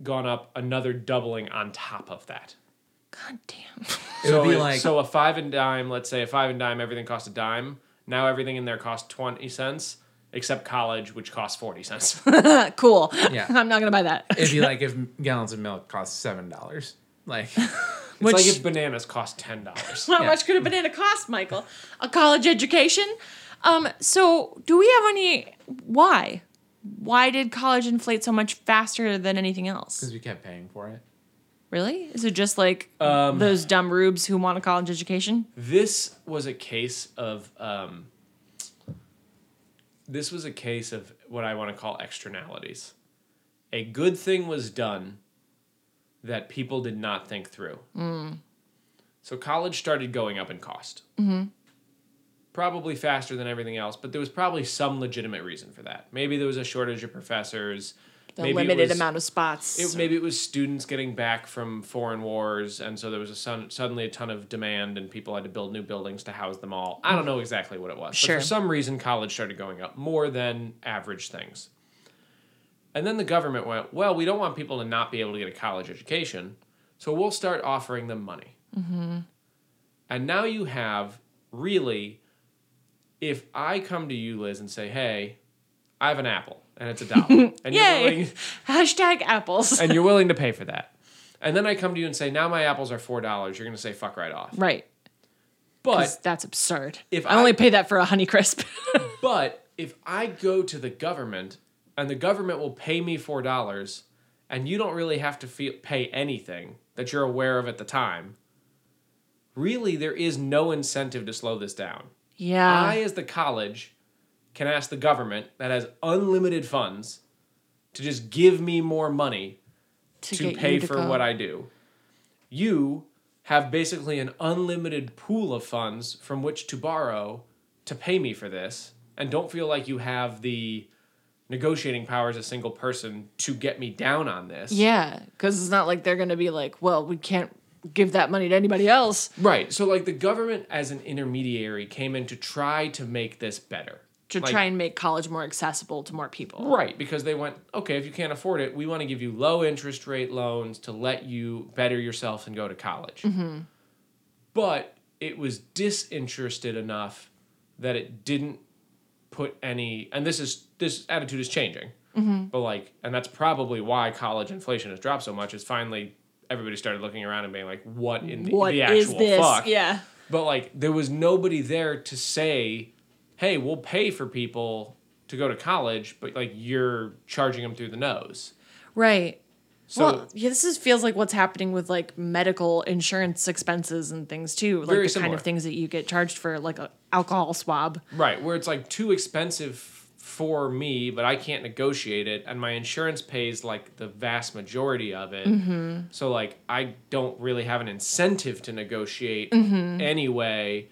S3: gone up another doubling on top of that.
S1: God damn.
S2: It
S3: so
S2: would be
S3: it-
S2: like
S3: so a five and dime, let's say a five and dime, everything costs a dime. Now everything in there costs twenty cents, except college, which costs forty cents.
S1: cool.
S2: Yeah.
S1: I'm not gonna buy that.
S2: it'd be like if gallons of milk cost seven dollars. Like
S3: It's
S1: Which-
S3: like if bananas cost ten dollars.
S1: How
S2: Yeah.
S1: much could a banana cost, Michael? A college education? Um, so do we have any why? Why did college inflate so much faster than anything else?
S2: because we kept paying for it.
S1: Really? Is it just like
S3: Um,
S1: those dumb rubes who want a college education?
S3: this was a case of um, this was a case of what I want to call externalities. A good thing was done that people did not think through. Mm. So college started going up in cost. Probably faster than everything else, but there was probably some legitimate reason for that. Maybe there was a shortage of professors.
S1: The
S3: maybe it
S1: limited
S3: was-
S1: amount of spots.
S3: it, maybe it was students getting back from foreign wars, and so there was a sun, suddenly a ton of demand, and people had to build new buildings to house them all. I don't know exactly what it was.
S1: Sure.
S3: But for some reason, college started going up more than average things. And then the government went, well, we don't want people to not be able to get a college education, so we'll start offering them money.
S1: Mm-hmm.
S3: And now you have really, if I come to you, Liz, and say, hey, I have an apple, and it's a dollar, and you're
S1: Yay.
S3: willing
S1: Hashtag apples.
S3: and you're willing to pay for that. And then I come to you and say, now my apples are four dollars. You're gonna say fuck right off.
S1: right. 'Cause
S3: But
S1: that's absurd.
S3: if
S1: I only
S3: I-
S1: pay that for a Honeycrisp.
S3: but if I go to the government and the government will pay me four dollars, and you don't really have to feel, pay anything that you're aware of at the time. Really, there is no incentive to slow this down.
S1: yeah.
S3: I, as the college, can ask the government that has unlimited funds to just give me more money to
S1: get
S3: pay
S1: you
S3: for
S1: go.
S3: what I do. You have basically an unlimited pool of funds from which to borrow to pay me for this, and don't feel like you have the negotiating power as a single person to get me down on this.
S1: Yeah. Because it's not like they're gonna be like, well, we can't give that money to anybody else.
S3: Right. So, like, the government as an intermediary came in to try to make this better.
S1: to
S3: Like,
S1: try and make college more accessible to more people.
S3: Right, because they went, okay, if you can't afford it, we want to give you low interest rate loans to let you better yourself and go to college.
S1: Mm-hmm.
S3: But it was disinterested enough that it didn't put any, and this is this attitude is changing.
S1: Mm-hmm.
S3: But like, and that's probably why college inflation has dropped so much. Is finally everybody started looking around and being like, what in the,
S1: What
S3: the
S1: is
S3: actual
S1: this?
S3: fuck?
S1: Yeah.
S3: But like there was nobody there to say, "Hey, we'll pay for people to go to college, but like you're charging them through the nose."
S1: Right.
S3: So
S1: well, yeah, this is, feels like what's happening with like medical insurance expenses and things too, like
S3: Very
S1: the kind
S3: similar.
S1: of things that you get charged for, like a alcohol swab.
S3: right, where it's like too expensive for me, but I can't negotiate it and my insurance pays like the vast majority of it. So like I don't really have an incentive to negotiate
S1: Mm-hmm.
S3: anyway,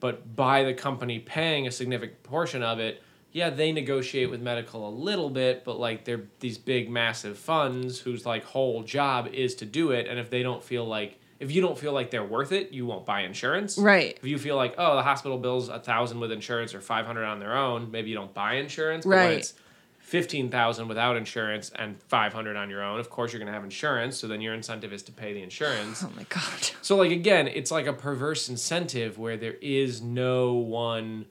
S3: but by the company paying a significant portion of it, yeah, they negotiate with medical a little bit, but like they're these big massive funds whose like whole job is to do it and if they don't feel like if you don't feel like they're worth it, you won't buy insurance.
S1: Right.
S3: If you feel like, oh, the hospital bills a thousand with insurance or five hundred on their own, maybe you don't buy insurance. But when
S1: Right.
S3: it's fifteen thousand without insurance and five hundred on your own, of course you're gonna have insurance. So then your incentive is to pay the insurance.
S1: Oh my god.
S3: So like again, it's like a perverse incentive where there is no one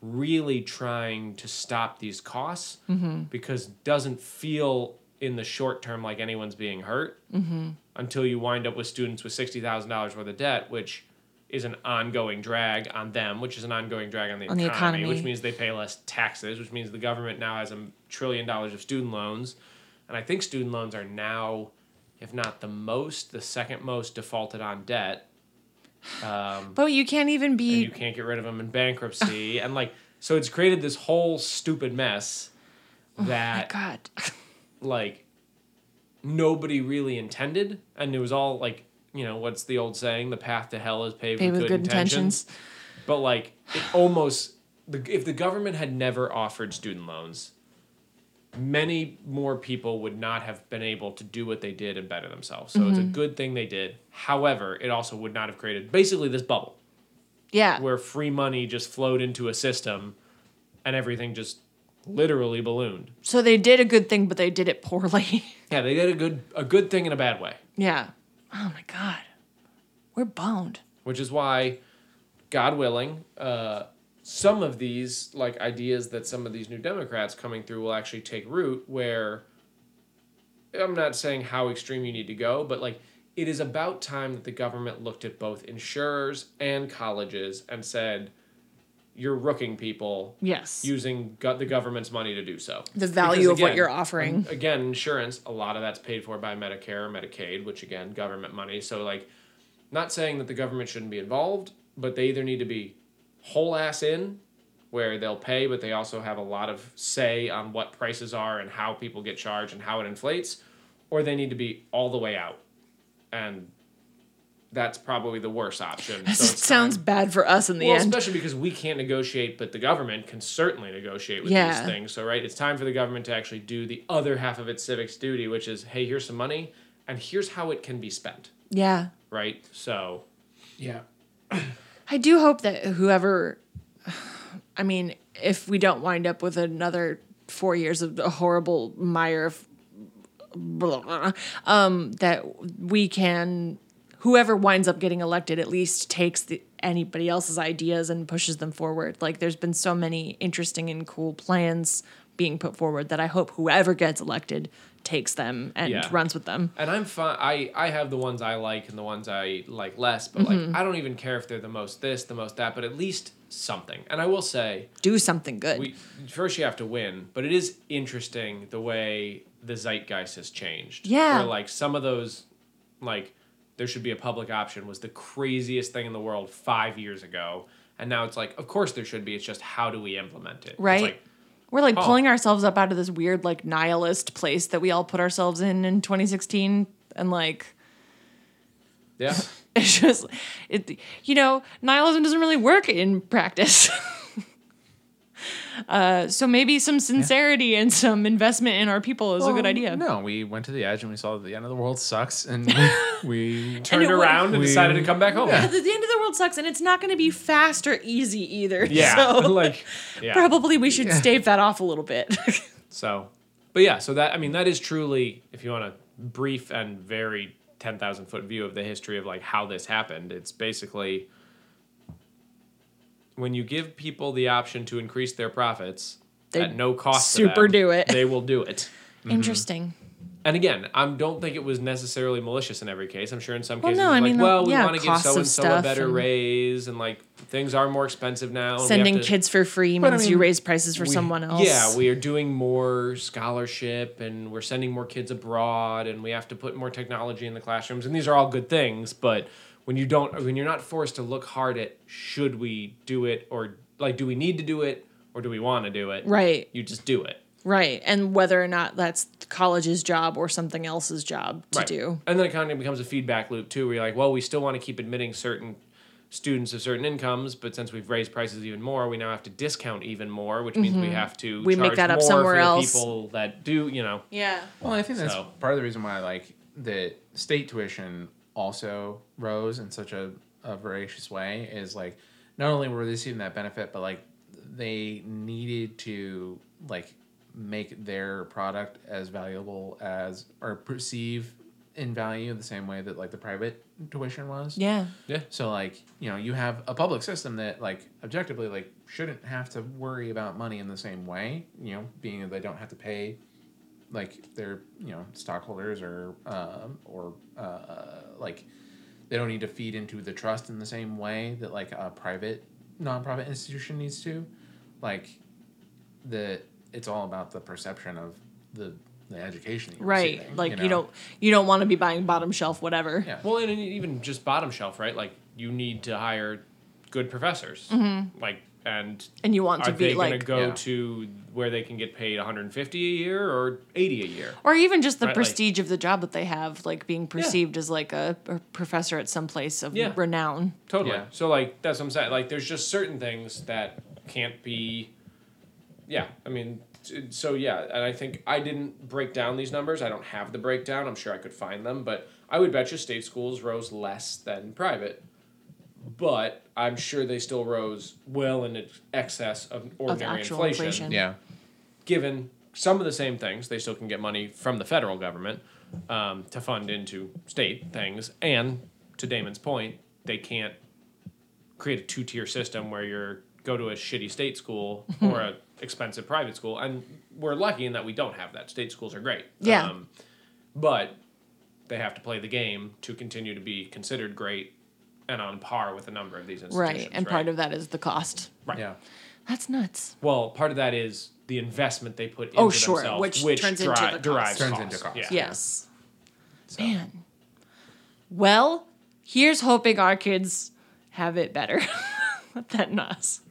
S3: really trying to stop these costs
S1: Mm-hmm.
S3: because it doesn't feel in the short term like anyone's being hurt
S1: Mm-hmm.
S3: until you wind up with students with sixty thousand dollars worth of debt, which is an ongoing drag on them, which is an ongoing drag on the,
S1: On the
S3: economy,
S1: economy.
S3: which means they pay less taxes, which means the government now has a trillion dollars of student loans, and I think student loans are now, if not the most, the second most defaulted on debt. Um,
S1: But you can't even
S3: and
S1: be.
S3: you can't get rid of them in bankruptcy, and like so, it's created this whole stupid mess that
S1: Oh God.
S3: like nobody really intended and it was all like you know what's the old saying the path to hell is paved,
S1: Paved
S3: with, good, intentions.
S1: intentions.
S3: but like it almost the, if the government had never offered student loans many more people would not have been able to do what they did and better themselves. So
S1: Mm-hmm.
S3: it's a good thing they did. However, it also would not have created basically this bubble
S1: Yeah.
S3: where free money just flowed into a system and everything just literally ballooned.
S1: So they did a good thing, but they did it poorly.
S3: Yeah, they did a good a good thing in a bad way,
S1: yeah. Oh my God. We're boned.
S3: which is why God willing, uh some of these like ideas that some of these new democrats coming through will actually take root where I'm not saying how extreme you need to go, but like it is about time that the government looked at both insurers and colleges and said, "You're rooking people.
S1: Yes.
S3: using go- the government's money to do so.
S1: The value
S3: Because um,
S1: of what you're offering.
S3: Again, insurance, a lot of that's paid for by Medicare or Medicaid, which again, government money. So, like, not saying that the government shouldn't be involved, but they either need to be whole ass in, where they'll pay, but they also have a lot of say on what prices are and how people get charged and how it inflates, or they need to be all the way out. And that's probably the worst option. So
S1: it
S3: it's
S1: sounds bad for us in the
S3: well,
S1: end.
S3: especially because we can't negotiate, but the government can certainly negotiate with
S1: Yeah.
S3: these things. So, right, it's time for the government to actually do the other half of its civics duty, which is, hey, here's some money, and here's how it can be spent.
S1: yeah.
S3: Right. So,
S2: Yeah.
S1: I do hope that whoever, I mean, if we don't wind up with another four years of a horrible mire of blah, blah, blah, um, that we can, whoever winds up getting elected, at least takes the, anybody else's ideas and pushes them forward. Like, there's been so many interesting and cool plans being put forward that I hope whoever gets elected takes them and
S3: Yeah.
S1: runs with them.
S3: and I'm fine. I I have the ones I like and the ones I like less, but
S1: Mm-hmm.
S3: like I don't even care if they're the most this, the most that, but at least something. And I will say,
S1: Do something good.
S3: we first you have to win, but it is interesting the way the zeitgeist has changed.
S1: Yeah.
S3: where like some of those, like there should be a public option was the craziest thing in the world five years ago, and now it's like of course there should be. It's just how do we implement it? It's
S1: right?
S3: like,
S1: We're like
S3: oh.
S1: pulling ourselves up out of this weird like nihilist place that we all put ourselves in in 2016 and like
S3: yeah,
S1: it's just it you know, nihilism doesn't really work in practice. uh so maybe some sincerity and some investment in our people is a good
S2: Well,
S1: idea.
S2: No, we went to the edge and we saw that the end of the world sucks, and we
S3: turned
S1: it would-
S3: around and
S2: We-
S3: decided to come back home.
S1: But the end of the world sucks and it's not going to be fast or easy either.
S3: Yeah,
S1: So
S3: like yeah. Mm-hmm.
S1: probably we should stave that off a little bit.
S3: So, but yeah, so that I mean that is truly, if you want a brief and very ten thousand foot view of the history of like how this happened, it's basically when you give people the option to increase their profits
S1: They
S3: at no cost, to
S1: super
S3: them,
S1: do it.
S3: They will do it.
S1: Interesting.
S3: And again, I don't think it was necessarily malicious in every case. I'm sure in some
S1: Well,
S3: cases,
S1: no,
S3: it's
S1: I
S3: like,
S1: mean,
S3: well, we
S1: yeah,
S3: want to give
S1: costs of
S3: so and so a
S1: stuff
S3: better
S1: and-
S3: raise, and like things are more expensive now. and we have
S1: Sending
S3: to-
S1: kids for free
S2: But I
S1: means you
S2: mean,
S1: raise prices for
S3: we-
S1: someone else.
S3: Yeah, we are doing more scholarship and we're sending more kids abroad and we have to put more technology in the classrooms and these are all good things, but when you don't when you're not forced to look hard at should we do it or like do we need to do it or do we want to do it?
S1: Right.
S3: You just do it.
S1: Right. And whether or not that's college's job or something else's job to
S3: right.
S1: do.
S3: And then it kind of becomes a feedback loop too where you're like, well, we still want to keep admitting certain students of certain incomes, but since we've raised prices even more, we now have to discount even more, which means we have to
S1: Mm-hmm. We make
S3: charge
S1: that up
S3: more
S1: somewhere
S3: for the
S1: else.
S3: people that do, you know.
S1: Yeah.
S2: Well, I think that's
S3: So-
S2: part of the reason why like the state tuition also rose in such a, a voracious way is like not only were they seeing that benefit, but like they needed to like make their product as valuable as or perceive in value the same way that like the private tuition was.
S1: Yeah.
S3: Yeah.
S2: So like, you know, you have a public system that like objectively like shouldn't have to worry about money in the same way, you know, being that they don't have to pay like their, you know, stockholders or um or uh like they don't need to feed into the trust in the same way that like a private nonprofit institution needs to. Like the it's all about the perception of the the education that you're
S1: Right.
S2: receiving,
S1: like you,
S2: know?
S1: don't you don't want to be buying bottom shelf whatever.
S2: Yeah.
S3: Well, and e-, even just bottom shelf, right? Like you need to hire good professors. Like and
S1: And you Mm-hmm. want to
S3: are they
S1: be
S3: going
S1: like
S3: to go
S2: Yeah.
S3: to where they can get paid 150 a year or 80 a year?
S1: or even just the
S3: Right, like-
S1: prestige of the job that they have, like being perceived as like a, a professor at some place of
S3: Yeah.
S1: renown.
S3: Totally.
S2: Yeah.
S3: So like that's what I'm saying. Like there's just certain things that can't be. Yeah, I mean, so yeah, and I think I didn't break down these numbers. I don't have the breakdown. I'm sure I could find them, but I would bet you state schools rose less than private. But I'm sure they still rose well in ex- excess of ordinary
S1: actual
S3: inflation,
S1: inflation.
S2: Yeah.
S3: Given some of the same things, they still can get money from the federal government um, to fund into state things. And to Damon's point, they can't create a two tier system where you're go to a shitty state school or a expensive private school. And we're lucky in that we don't have that. State schools are great. Um,
S1: Yeah.
S3: but they have to play the game to continue to be considered great and on par with a number of these institutions.
S1: Right. And part of that is the cost.
S3: right.
S2: Yeah.
S1: That's nuts.
S3: Well, part of that is the investment they put into
S1: Oh, sure,
S3: themselves,
S1: which
S3: which,
S1: turns into
S3: dri-
S1: the cost.
S3: derives
S2: Turns
S3: cost.
S2: into cost.
S3: Yeah.
S1: Yes. Man. Well, here's hoping our kids have it better than us.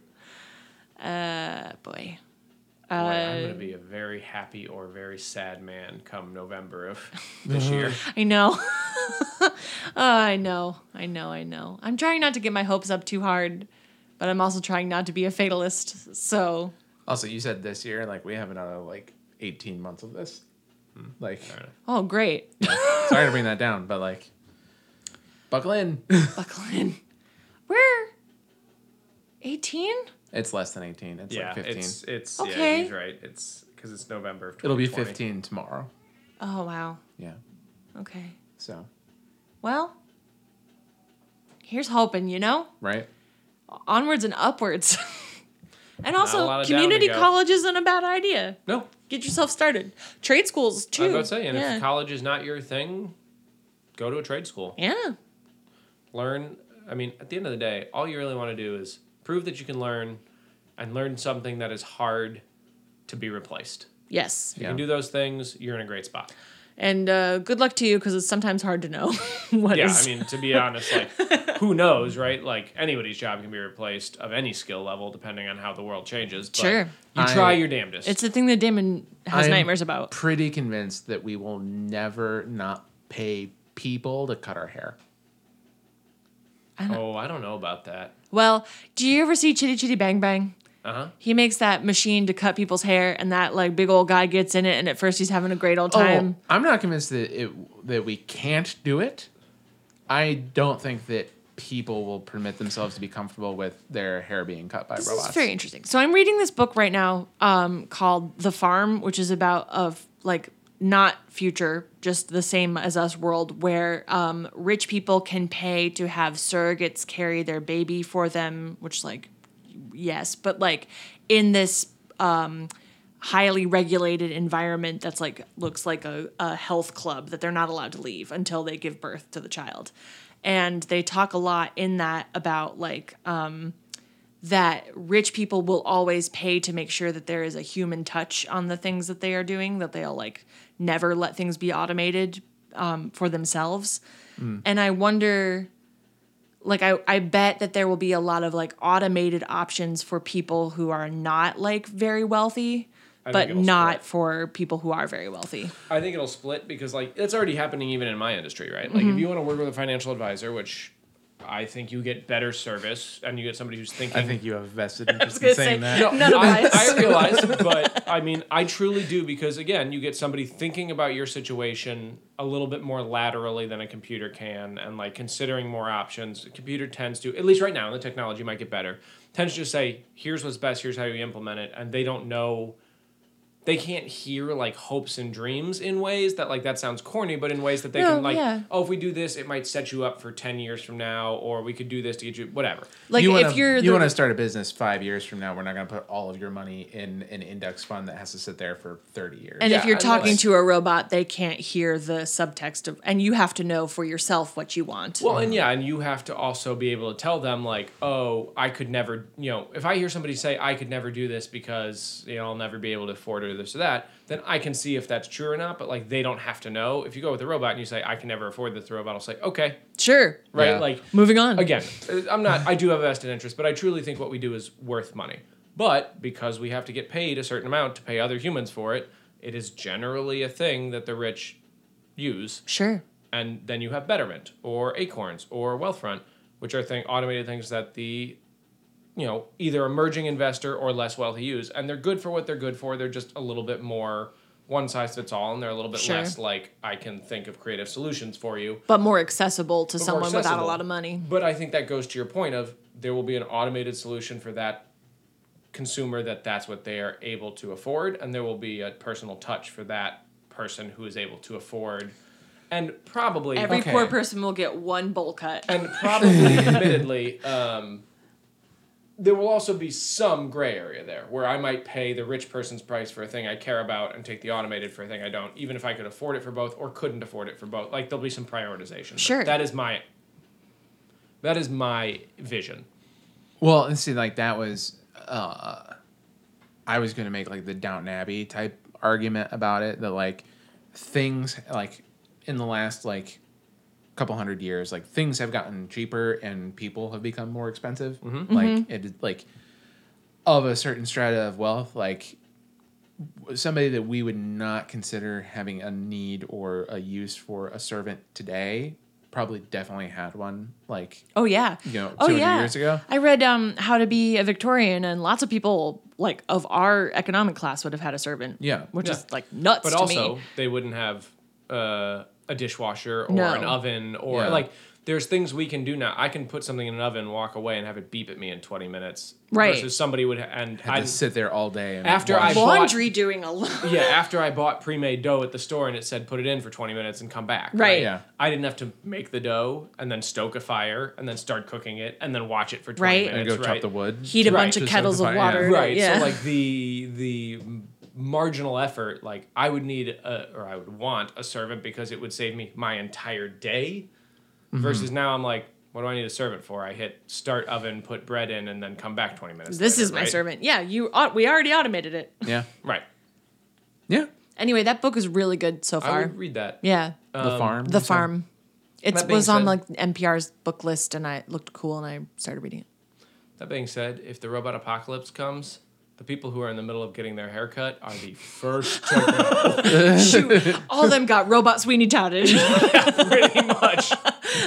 S1: Uh, boy.
S3: Boy, I'm
S1: Uh,
S3: going to be a very happy or very sad man come November of this year.
S1: I know. Oh, I know. I know. I know. I'm trying not to get my hopes up too hard, but I'm also trying not to be a fatalist. So,
S2: Also, you said this year, like we have another like 18 months of this. Like,
S1: oh, great.
S2: sorry to bring that down, but like, buckle in.
S1: Buckle in. We're 18?
S2: it's less than 18. It's
S3: yeah,
S2: like 15.
S3: it's it's
S1: Okay.
S3: yeah, he's right. It's because it's November of
S2: It'll be
S3: 2020.
S2: 15 tomorrow.
S1: Oh, wow.
S2: Yeah.
S1: Okay.
S2: So,
S1: Well, here's hoping, you know?
S2: right?
S1: Onwards and upwards. and
S3: a
S1: also,
S3: lot of down to
S1: community
S3: go.
S1: college isn't a bad idea.
S3: No,
S1: Get yourself started. Trade schools, too.
S3: I was about to say, and
S1: yeah.
S3: if college is not your thing, go to a trade school.
S1: yeah.
S3: Learn. I mean, at the end of the day, all you really want to do is prove that you can learn, and learn something that is hard to be replaced.
S1: Yes.
S3: If you can do those things, you're in a great spot.
S1: And uh, good luck to you because it's sometimes hard to know what
S3: Yeah,
S1: is-
S3: I mean, to be honest, like, who knows, right? Like, anybody's job can be replaced of any skill level, depending on how the world changes. But
S1: Sure.
S3: You
S2: I-
S3: try your damnedest.
S1: it's the thing that Damon has
S2: I'm
S1: nightmares about.
S2: Pretty convinced that we will never not pay people to cut our hair.
S3: oh, I don't know about that.
S1: Well, do you ever see Chitty Chitty Bang Bang?
S3: Uh huh.
S1: He makes that machine to cut people's hair, and that like big old guy gets in it, and at first he's having a great old time.
S2: Oh, I'm not convinced that it that we can't do it. I don't think that people will permit themselves to be comfortable with their hair being cut by
S1: This
S2: robots.
S1: is very interesting. So I'm reading this book right now um, called The Farm, which is about of like not future, just the same as us world where um, rich people can pay to have surrogates carry their baby for them, which like yes, but like in this um, highly regulated environment that's like looks like a, a health club that they're not allowed to leave until they give birth to the child and they talk a lot in that about like um, that rich people will always pay to make sure that there is a human touch on the things that they are doing that they'll like never let things be automated um, for themselves
S3: Hmm.
S1: and i wonder like I, I bet that there will be a lot of like automated options for people who are not like very wealthy
S3: think
S1: but
S3: it'll
S1: not
S3: split.
S1: for people who are very wealthy
S3: I think it'll split because like it's already happening even in my industry, right? Like if you want to work with a financial advisor, which I think you get better service and you get somebody who's thinking.
S2: I think you have a vested interest in saying that.
S1: none of
S3: I,
S1: us
S3: I realize, but I mean, I truly do because again, you get somebody thinking about your situation a little bit more laterally than a computer can, and like considering more options. A computer tends to, at least right now, and the technology might get better, tends to just say, "Here's what's best. Here's how you implement it," and they don't know. They can't hear like hopes and dreams in ways that like that sounds corny, but in ways that they
S1: No,
S3: can like,
S1: yeah.
S3: oh, if we do this, it might set you up for ten years from now, or we could do this to get you whatever.
S1: like
S2: you wanna,
S1: if you're
S2: you
S1: the,
S2: want to start a business five years from now, we're not going to put all of your money in an index fund that has to sit there for thirty years.
S1: and if
S3: Yeah,
S1: you're
S3: I
S1: talking
S3: realize.
S1: to a robot they can't hear the subtext of and you have to know for yourself what you want
S3: Well, and yeah, and you have to also be able to tell them like, oh, I could never, you know, if I hear somebody say I could never do this because you know I'll never be able to afford it or this or that, then I can see if that's true or not. But like, they don't have to know. If you go with a robot and you say I can never afford this, the robot will say okay,
S1: sure
S3: right?
S2: Yeah.
S3: Like
S1: moving on
S3: again, uh, I'm not. I do have a vested interest, but I truly think what we do is worth money. But because we have to get paid a certain amount to pay other humans for it, it is generally a thing that the rich use
S1: sure
S3: and then you have Betterment or Acorns or Wealthfront, which are thing automated things that the you know, either emerging investor or less wealthy use. And they're good for what they're good for. They're just a little bit more one size fits all and they're a little bit
S1: Sure.
S3: less like I can think of creative solutions for you.
S1: but more accessible to
S3: more
S1: someone without a
S3: accessible.
S1: lot of money.
S3: But I think that goes to your point of there will be an automated solution for that consumer that that's what they are able to afford, and there will be a personal touch for that person who is able to afford, and probably
S1: Every
S2: Okay.
S1: poor person will get one bowl cut.
S3: and probably admittedly. Um, there will also be some gray area there where I might pay the rich person's price for a thing I care about and take the automated for a thing I don't, even if I could afford it for both or couldn't afford it for both. Like there'll be some prioritization. But
S1: Sure.
S3: That is my that is my vision.
S2: Well, and see, like that was, uh, I was gonna make like the Downton Abbey type argument about it. That like things like in the last like couple hundred years, like things have gotten cheaper and people have become more expensive.
S3: Mm-hmm.
S2: Like it, like of a certain strata of wealth, like somebody that we would not consider having a need or a use for a servant today probably definitely had one like
S1: Oh yeah.
S2: You know,
S1: oh
S2: 200
S1: yeah.
S2: years ago?
S1: I read um How to Be a Victorian and lots of people like of our economic class would have had a servant.
S2: Yeah.
S1: Which
S3: Yeah.
S1: is like nuts
S3: but
S1: to
S3: also
S1: me.
S3: they wouldn't have uh, a dishwasher or
S1: No.
S3: an oven or
S2: Yeah.
S3: like there's things we can do now. I can put something in an oven, walk away, and have it beep at me in 20 minutes.
S1: Right.
S3: Versus somebody would and
S2: had
S3: I
S2: to sit there all day and
S3: After
S2: watch
S3: I bought-
S1: Laundry doing a lot.
S3: yeah after I bought pre-made dough at the store and it said put it in for 20 minutes and come back.
S1: Right.
S2: Yeah.
S3: I didn't have to make the dough and then stoke a fire and then start cooking it and then watch it for 20
S1: Right.
S3: minutes.
S1: And
S2: and go chop
S3: right?
S2: the wood.
S1: Heat a
S3: Right,
S1: bunch of
S2: just
S1: kettles of
S2: simplify-
S1: water.
S2: yeah.
S3: right
S1: Yeah.
S3: so like the the m- marginal effort like i would need a, or i would want a servant because it would save me my entire day
S2: Mm-hmm.
S3: versus now i'm like what do i need a servant for i hit start oven put bread in and then come back 20 minutes
S1: this
S3: later,
S1: is my
S3: right?
S1: servant. Yeah, you au- we already automated it.
S2: Yeah.
S3: right
S2: Yeah.
S1: Anyway, that book is really good so
S3: i
S1: far.
S3: would read that
S1: yeah.
S2: the farm.
S1: the Farm. It
S3: That being
S1: was on
S3: said-
S1: like NPR's book list and I it looked cool and I started reading it.
S3: that being said if the robot apocalypse comes the people who are in the middle of getting their haircut are the first to go,
S1: Shoot, all of them got robot Sweeney touted.
S3: pretty much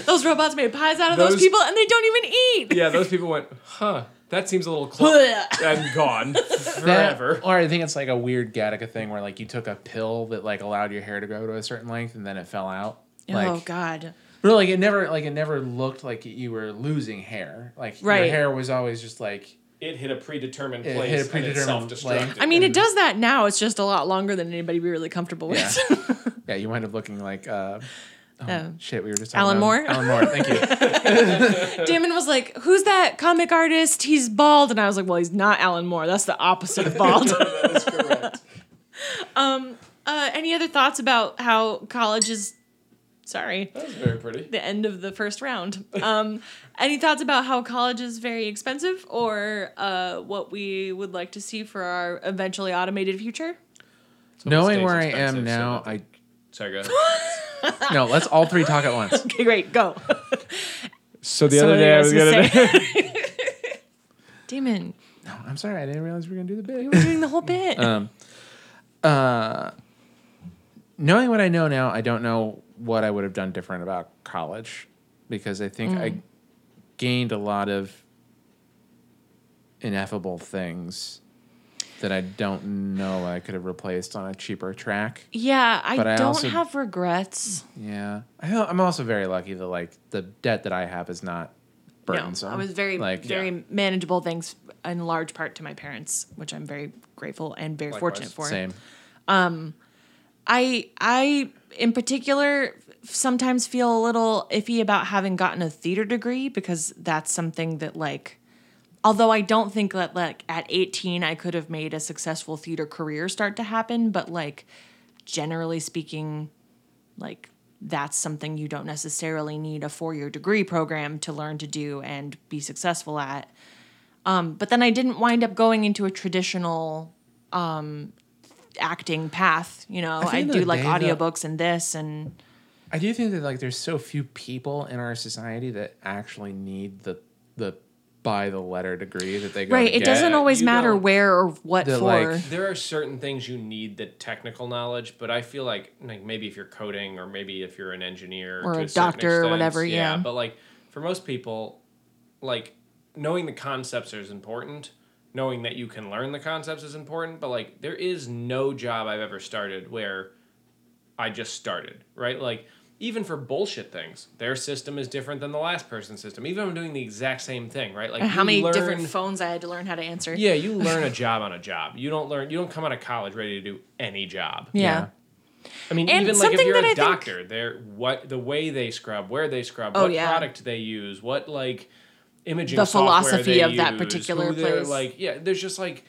S1: those robots made pies out of those,
S3: Those-
S1: people and they don't even eat.
S3: yeah those people went huh that seems a little close and gone forever
S2: Or I think it's like a weird Gattaca thing where like you took a pill that like allowed your hair to grow to a certain length and then it fell out. Like,
S1: oh God.
S2: But like it never like it never looked like you were losing hair. Like your
S1: Right.
S2: hair was always just like
S3: it hit a predetermined
S2: It
S3: place
S2: hit a
S3: and
S2: predetermined
S3: it
S2: place.
S3: self-destructed.
S1: I mean, it does that now. It's just a lot longer than anybody would be really comfortable with.
S2: Yeah. yeah, you wind up looking like uh oh,
S1: Um,
S2: shit, we were just talking
S1: Alan
S2: about-
S1: Moore?
S2: Alan Moore, thank you.
S1: Damon was like, "Who's that comic artist? He's bald." And I was like, "Well, he's not Alan Moore. That's the opposite of bald."
S3: that is correct.
S1: uh, any other thoughts about how college is? Sorry,
S3: That was very pretty.
S1: the end of the first round. Um, any thoughts about how college is very expensive, or uh, what we would like to see for our eventually automated future?
S2: Knowing where I
S3: Stays
S2: am
S3: expensive, so
S2: now, I
S3: Sorry, guys.
S2: no, let's all three talk at once.
S1: Okay, great, go.
S3: So the
S1: So
S3: other
S1: what
S3: day I
S1: are
S3: was
S1: you
S3: gonna.
S1: guys gonna say? Damon,
S2: I'm sorry, I didn't realize we were gonna do the bit.
S1: we're doing the whole bit.
S2: knowing what I know now, I don't know what I would have done different about college because I think
S1: Mm.
S2: I gained a lot of ineffable things that I don't know I could have replaced on a cheaper track.
S1: yeah, I
S2: but I
S1: don't
S2: also-
S1: have regrets.
S2: Yeah. I, don't- I'm also very lucky that like the debt that I have is not burdensome.
S1: No, I was very,
S2: like
S1: very manageable, thanks in large part to my parents, which I'm very grateful and very
S3: Likewise.
S1: fortunate for.
S2: same.
S1: I, I in particular f- sometimes feel a little iffy about having gotten a theater degree because that's something that like. Although I don't think that like at 18 I could have made a successful theater career start to happen, but like generally speaking, like that's something you don't necessarily need a four-year degree program to learn to do and be successful at um, but then i didn't wind up going into a traditional um, acting path you know
S2: think
S1: i,
S2: at the end
S1: do
S2: of
S1: like
S2: the
S3: uh,
S2: day, though-
S1: audiobooks and this and
S2: I do think that like there's so few people in our society that actually need the the by the letter degree that they go
S1: right
S2: to
S1: it
S2: get.
S1: doesn't always
S3: you
S1: matter
S3: don't-
S1: where or what
S2: They're
S1: for
S2: like-
S3: There are certain things you need the technical knowledge, but I feel like like maybe if you're coding or maybe if you're an engineer
S1: Or
S3: to
S1: a
S3: certain
S1: doctor or whatever, yeah.
S3: But like for most people, like knowing the concepts is important. Knowing that you can learn the concepts is important, but like there is no job I've ever started where I just started, right? Like even for bullshit things, their system is different than the last person's system. Even if I'm doing the exact same thing, right? Like
S1: And how
S3: you
S1: many
S3: learn-
S1: different phones I had to learn how to answer.
S3: yeah, you learn a job on a job. You don't learn. You don't come out of college ready to do any job.
S1: Yeah.
S3: I mean,
S1: And
S3: even like if
S1: something
S3: you're a
S1: that I think-
S3: doctor, they're what the way they scrub, where they scrub,
S1: Oh,
S3: what
S1: yeah.
S3: product they use, what like imaging
S1: The
S3: software
S1: philosophy
S3: they
S1: of that
S3: use,
S1: particular
S3: who they're,
S1: place.
S3: Like, yeah, there's just like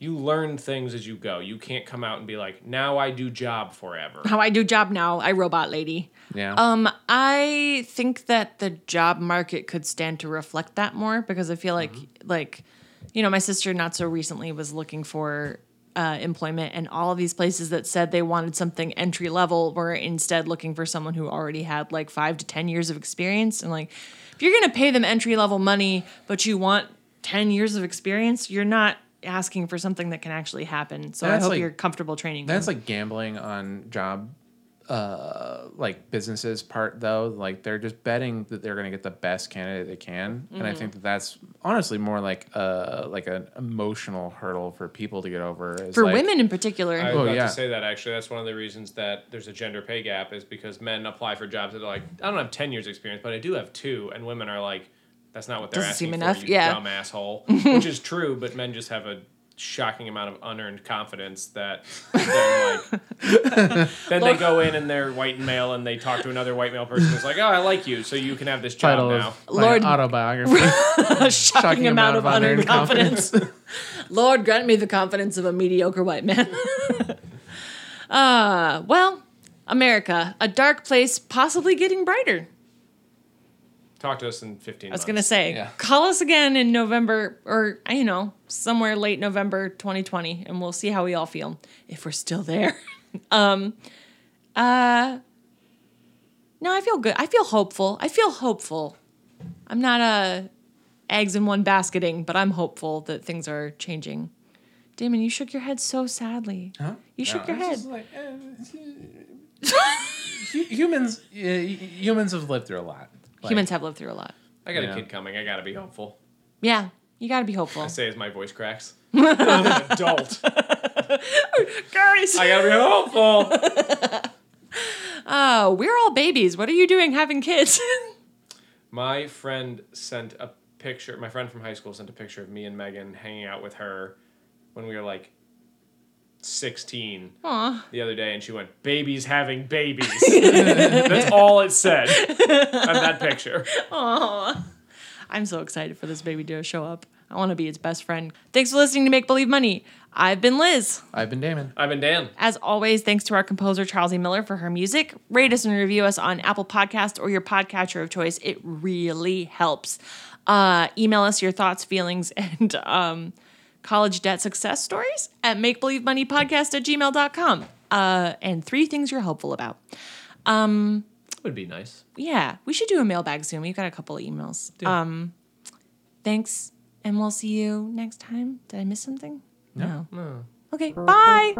S3: you learn things as you go. You can't come out and be like, now I do job forever.
S1: How I do job now, I robot lady.
S2: Yeah.
S1: Um, I think that the job market could stand to reflect that more because I feel like like you know my sister not so recently was looking for uh, employment and all of these places that said they wanted something entry level were instead looking for someone who already had like five to ten years of experience and like if you're gonna pay them entry level money but you want ten years of experience you're not asking for something that can actually happen so I
S2: That's
S1: hope
S2: like-
S1: you're comfortable training them.
S2: That's like gambling on job, uh, like businesses part though. Like they're just betting that they're gonna get the best candidate they can, and I
S1: Mm-hmm.
S2: think that that's honestly more like uh like an emotional hurdle for people to get over. is
S1: for
S2: like-
S1: women in particular.
S3: I was
S2: Oh,
S3: about
S2: yeah.
S3: to say that actually. That's one of the reasons that there's a gender pay gap is because men apply for jobs that are like, I don't have ten years experience, but I do have two, and women are like, that's not what they're
S1: Doesn't
S3: asking
S1: seem
S3: for,
S1: enough,
S3: you
S1: yeah.
S3: dumb asshole. Which is true, but men just have a shocking amount of unearned confidence that then, like, then they go in and they're white and male and they talk to another white male person who's like, oh, I like you, so you can have this job
S2: title
S3: now.
S2: of my
S1: Lord-
S2: autobiography.
S1: a shocking,
S2: Shocking
S1: amount,
S2: amount
S1: of
S2: of unearned
S1: unearned confidence. Lord, grant me the confidence of a mediocre white man. uh, well, America, a dark place, possibly getting brighter.
S3: Talk to us in fifteen.
S1: I was going to say,
S2: Yeah.
S1: call us again in November or, uh, you know, somewhere late November 2020, and we'll see how we all feel if we're still there. um, uh, no, I feel good. I feel hopeful. I feel hopeful. I'm not a eggs in one basketing, but I'm hopeful that things are changing. Damon, you shook your head so sadly.
S2: Huh?
S1: You shook
S2: No,
S1: your
S2: I
S1: head.
S2: was just like, eh, hu- humans, uh, humans have lived through a lot. Like,
S1: Humans have lived through a lot.
S3: I got
S2: Yeah.
S3: a kid coming. I gotta be hopeful.
S1: Yeah, you got to be hopeful.
S3: I say as my voice cracks. I'm an adult.
S1: Guys,
S3: I gotta be hopeful.
S1: oh, we're all babies. What are you doing having kids?
S3: My friend sent a picture. My friend from high school sent a picture of me and Megan hanging out with her when we were like 16
S1: Aw.
S3: the other day, and she went, "Babies having babies." That's all it said on that picture.
S1: Aw. I'm so excited for this baby to show up. I want to be its best friend. Thanks for listening to Make Believe Money. I've been Liz.
S2: I've been Damon.
S3: I've been Dan.
S1: As always, thanks to our composer, Charles E. Miller, for her music. Rate us and review us on Apple Podcast or your podcatcher of choice. It really helps. Uh, email us your thoughts, feelings, and um, college debt success stories at makebelievemoneypodcast at gmail.com. Uh, and three things you're hopeful about.
S3: Would be nice.
S1: Yeah, we should do a mailbag soon. We've got a couple of emails. Um, thanks, and we'll see you next time. Did I miss something? No. no. Okay, bye.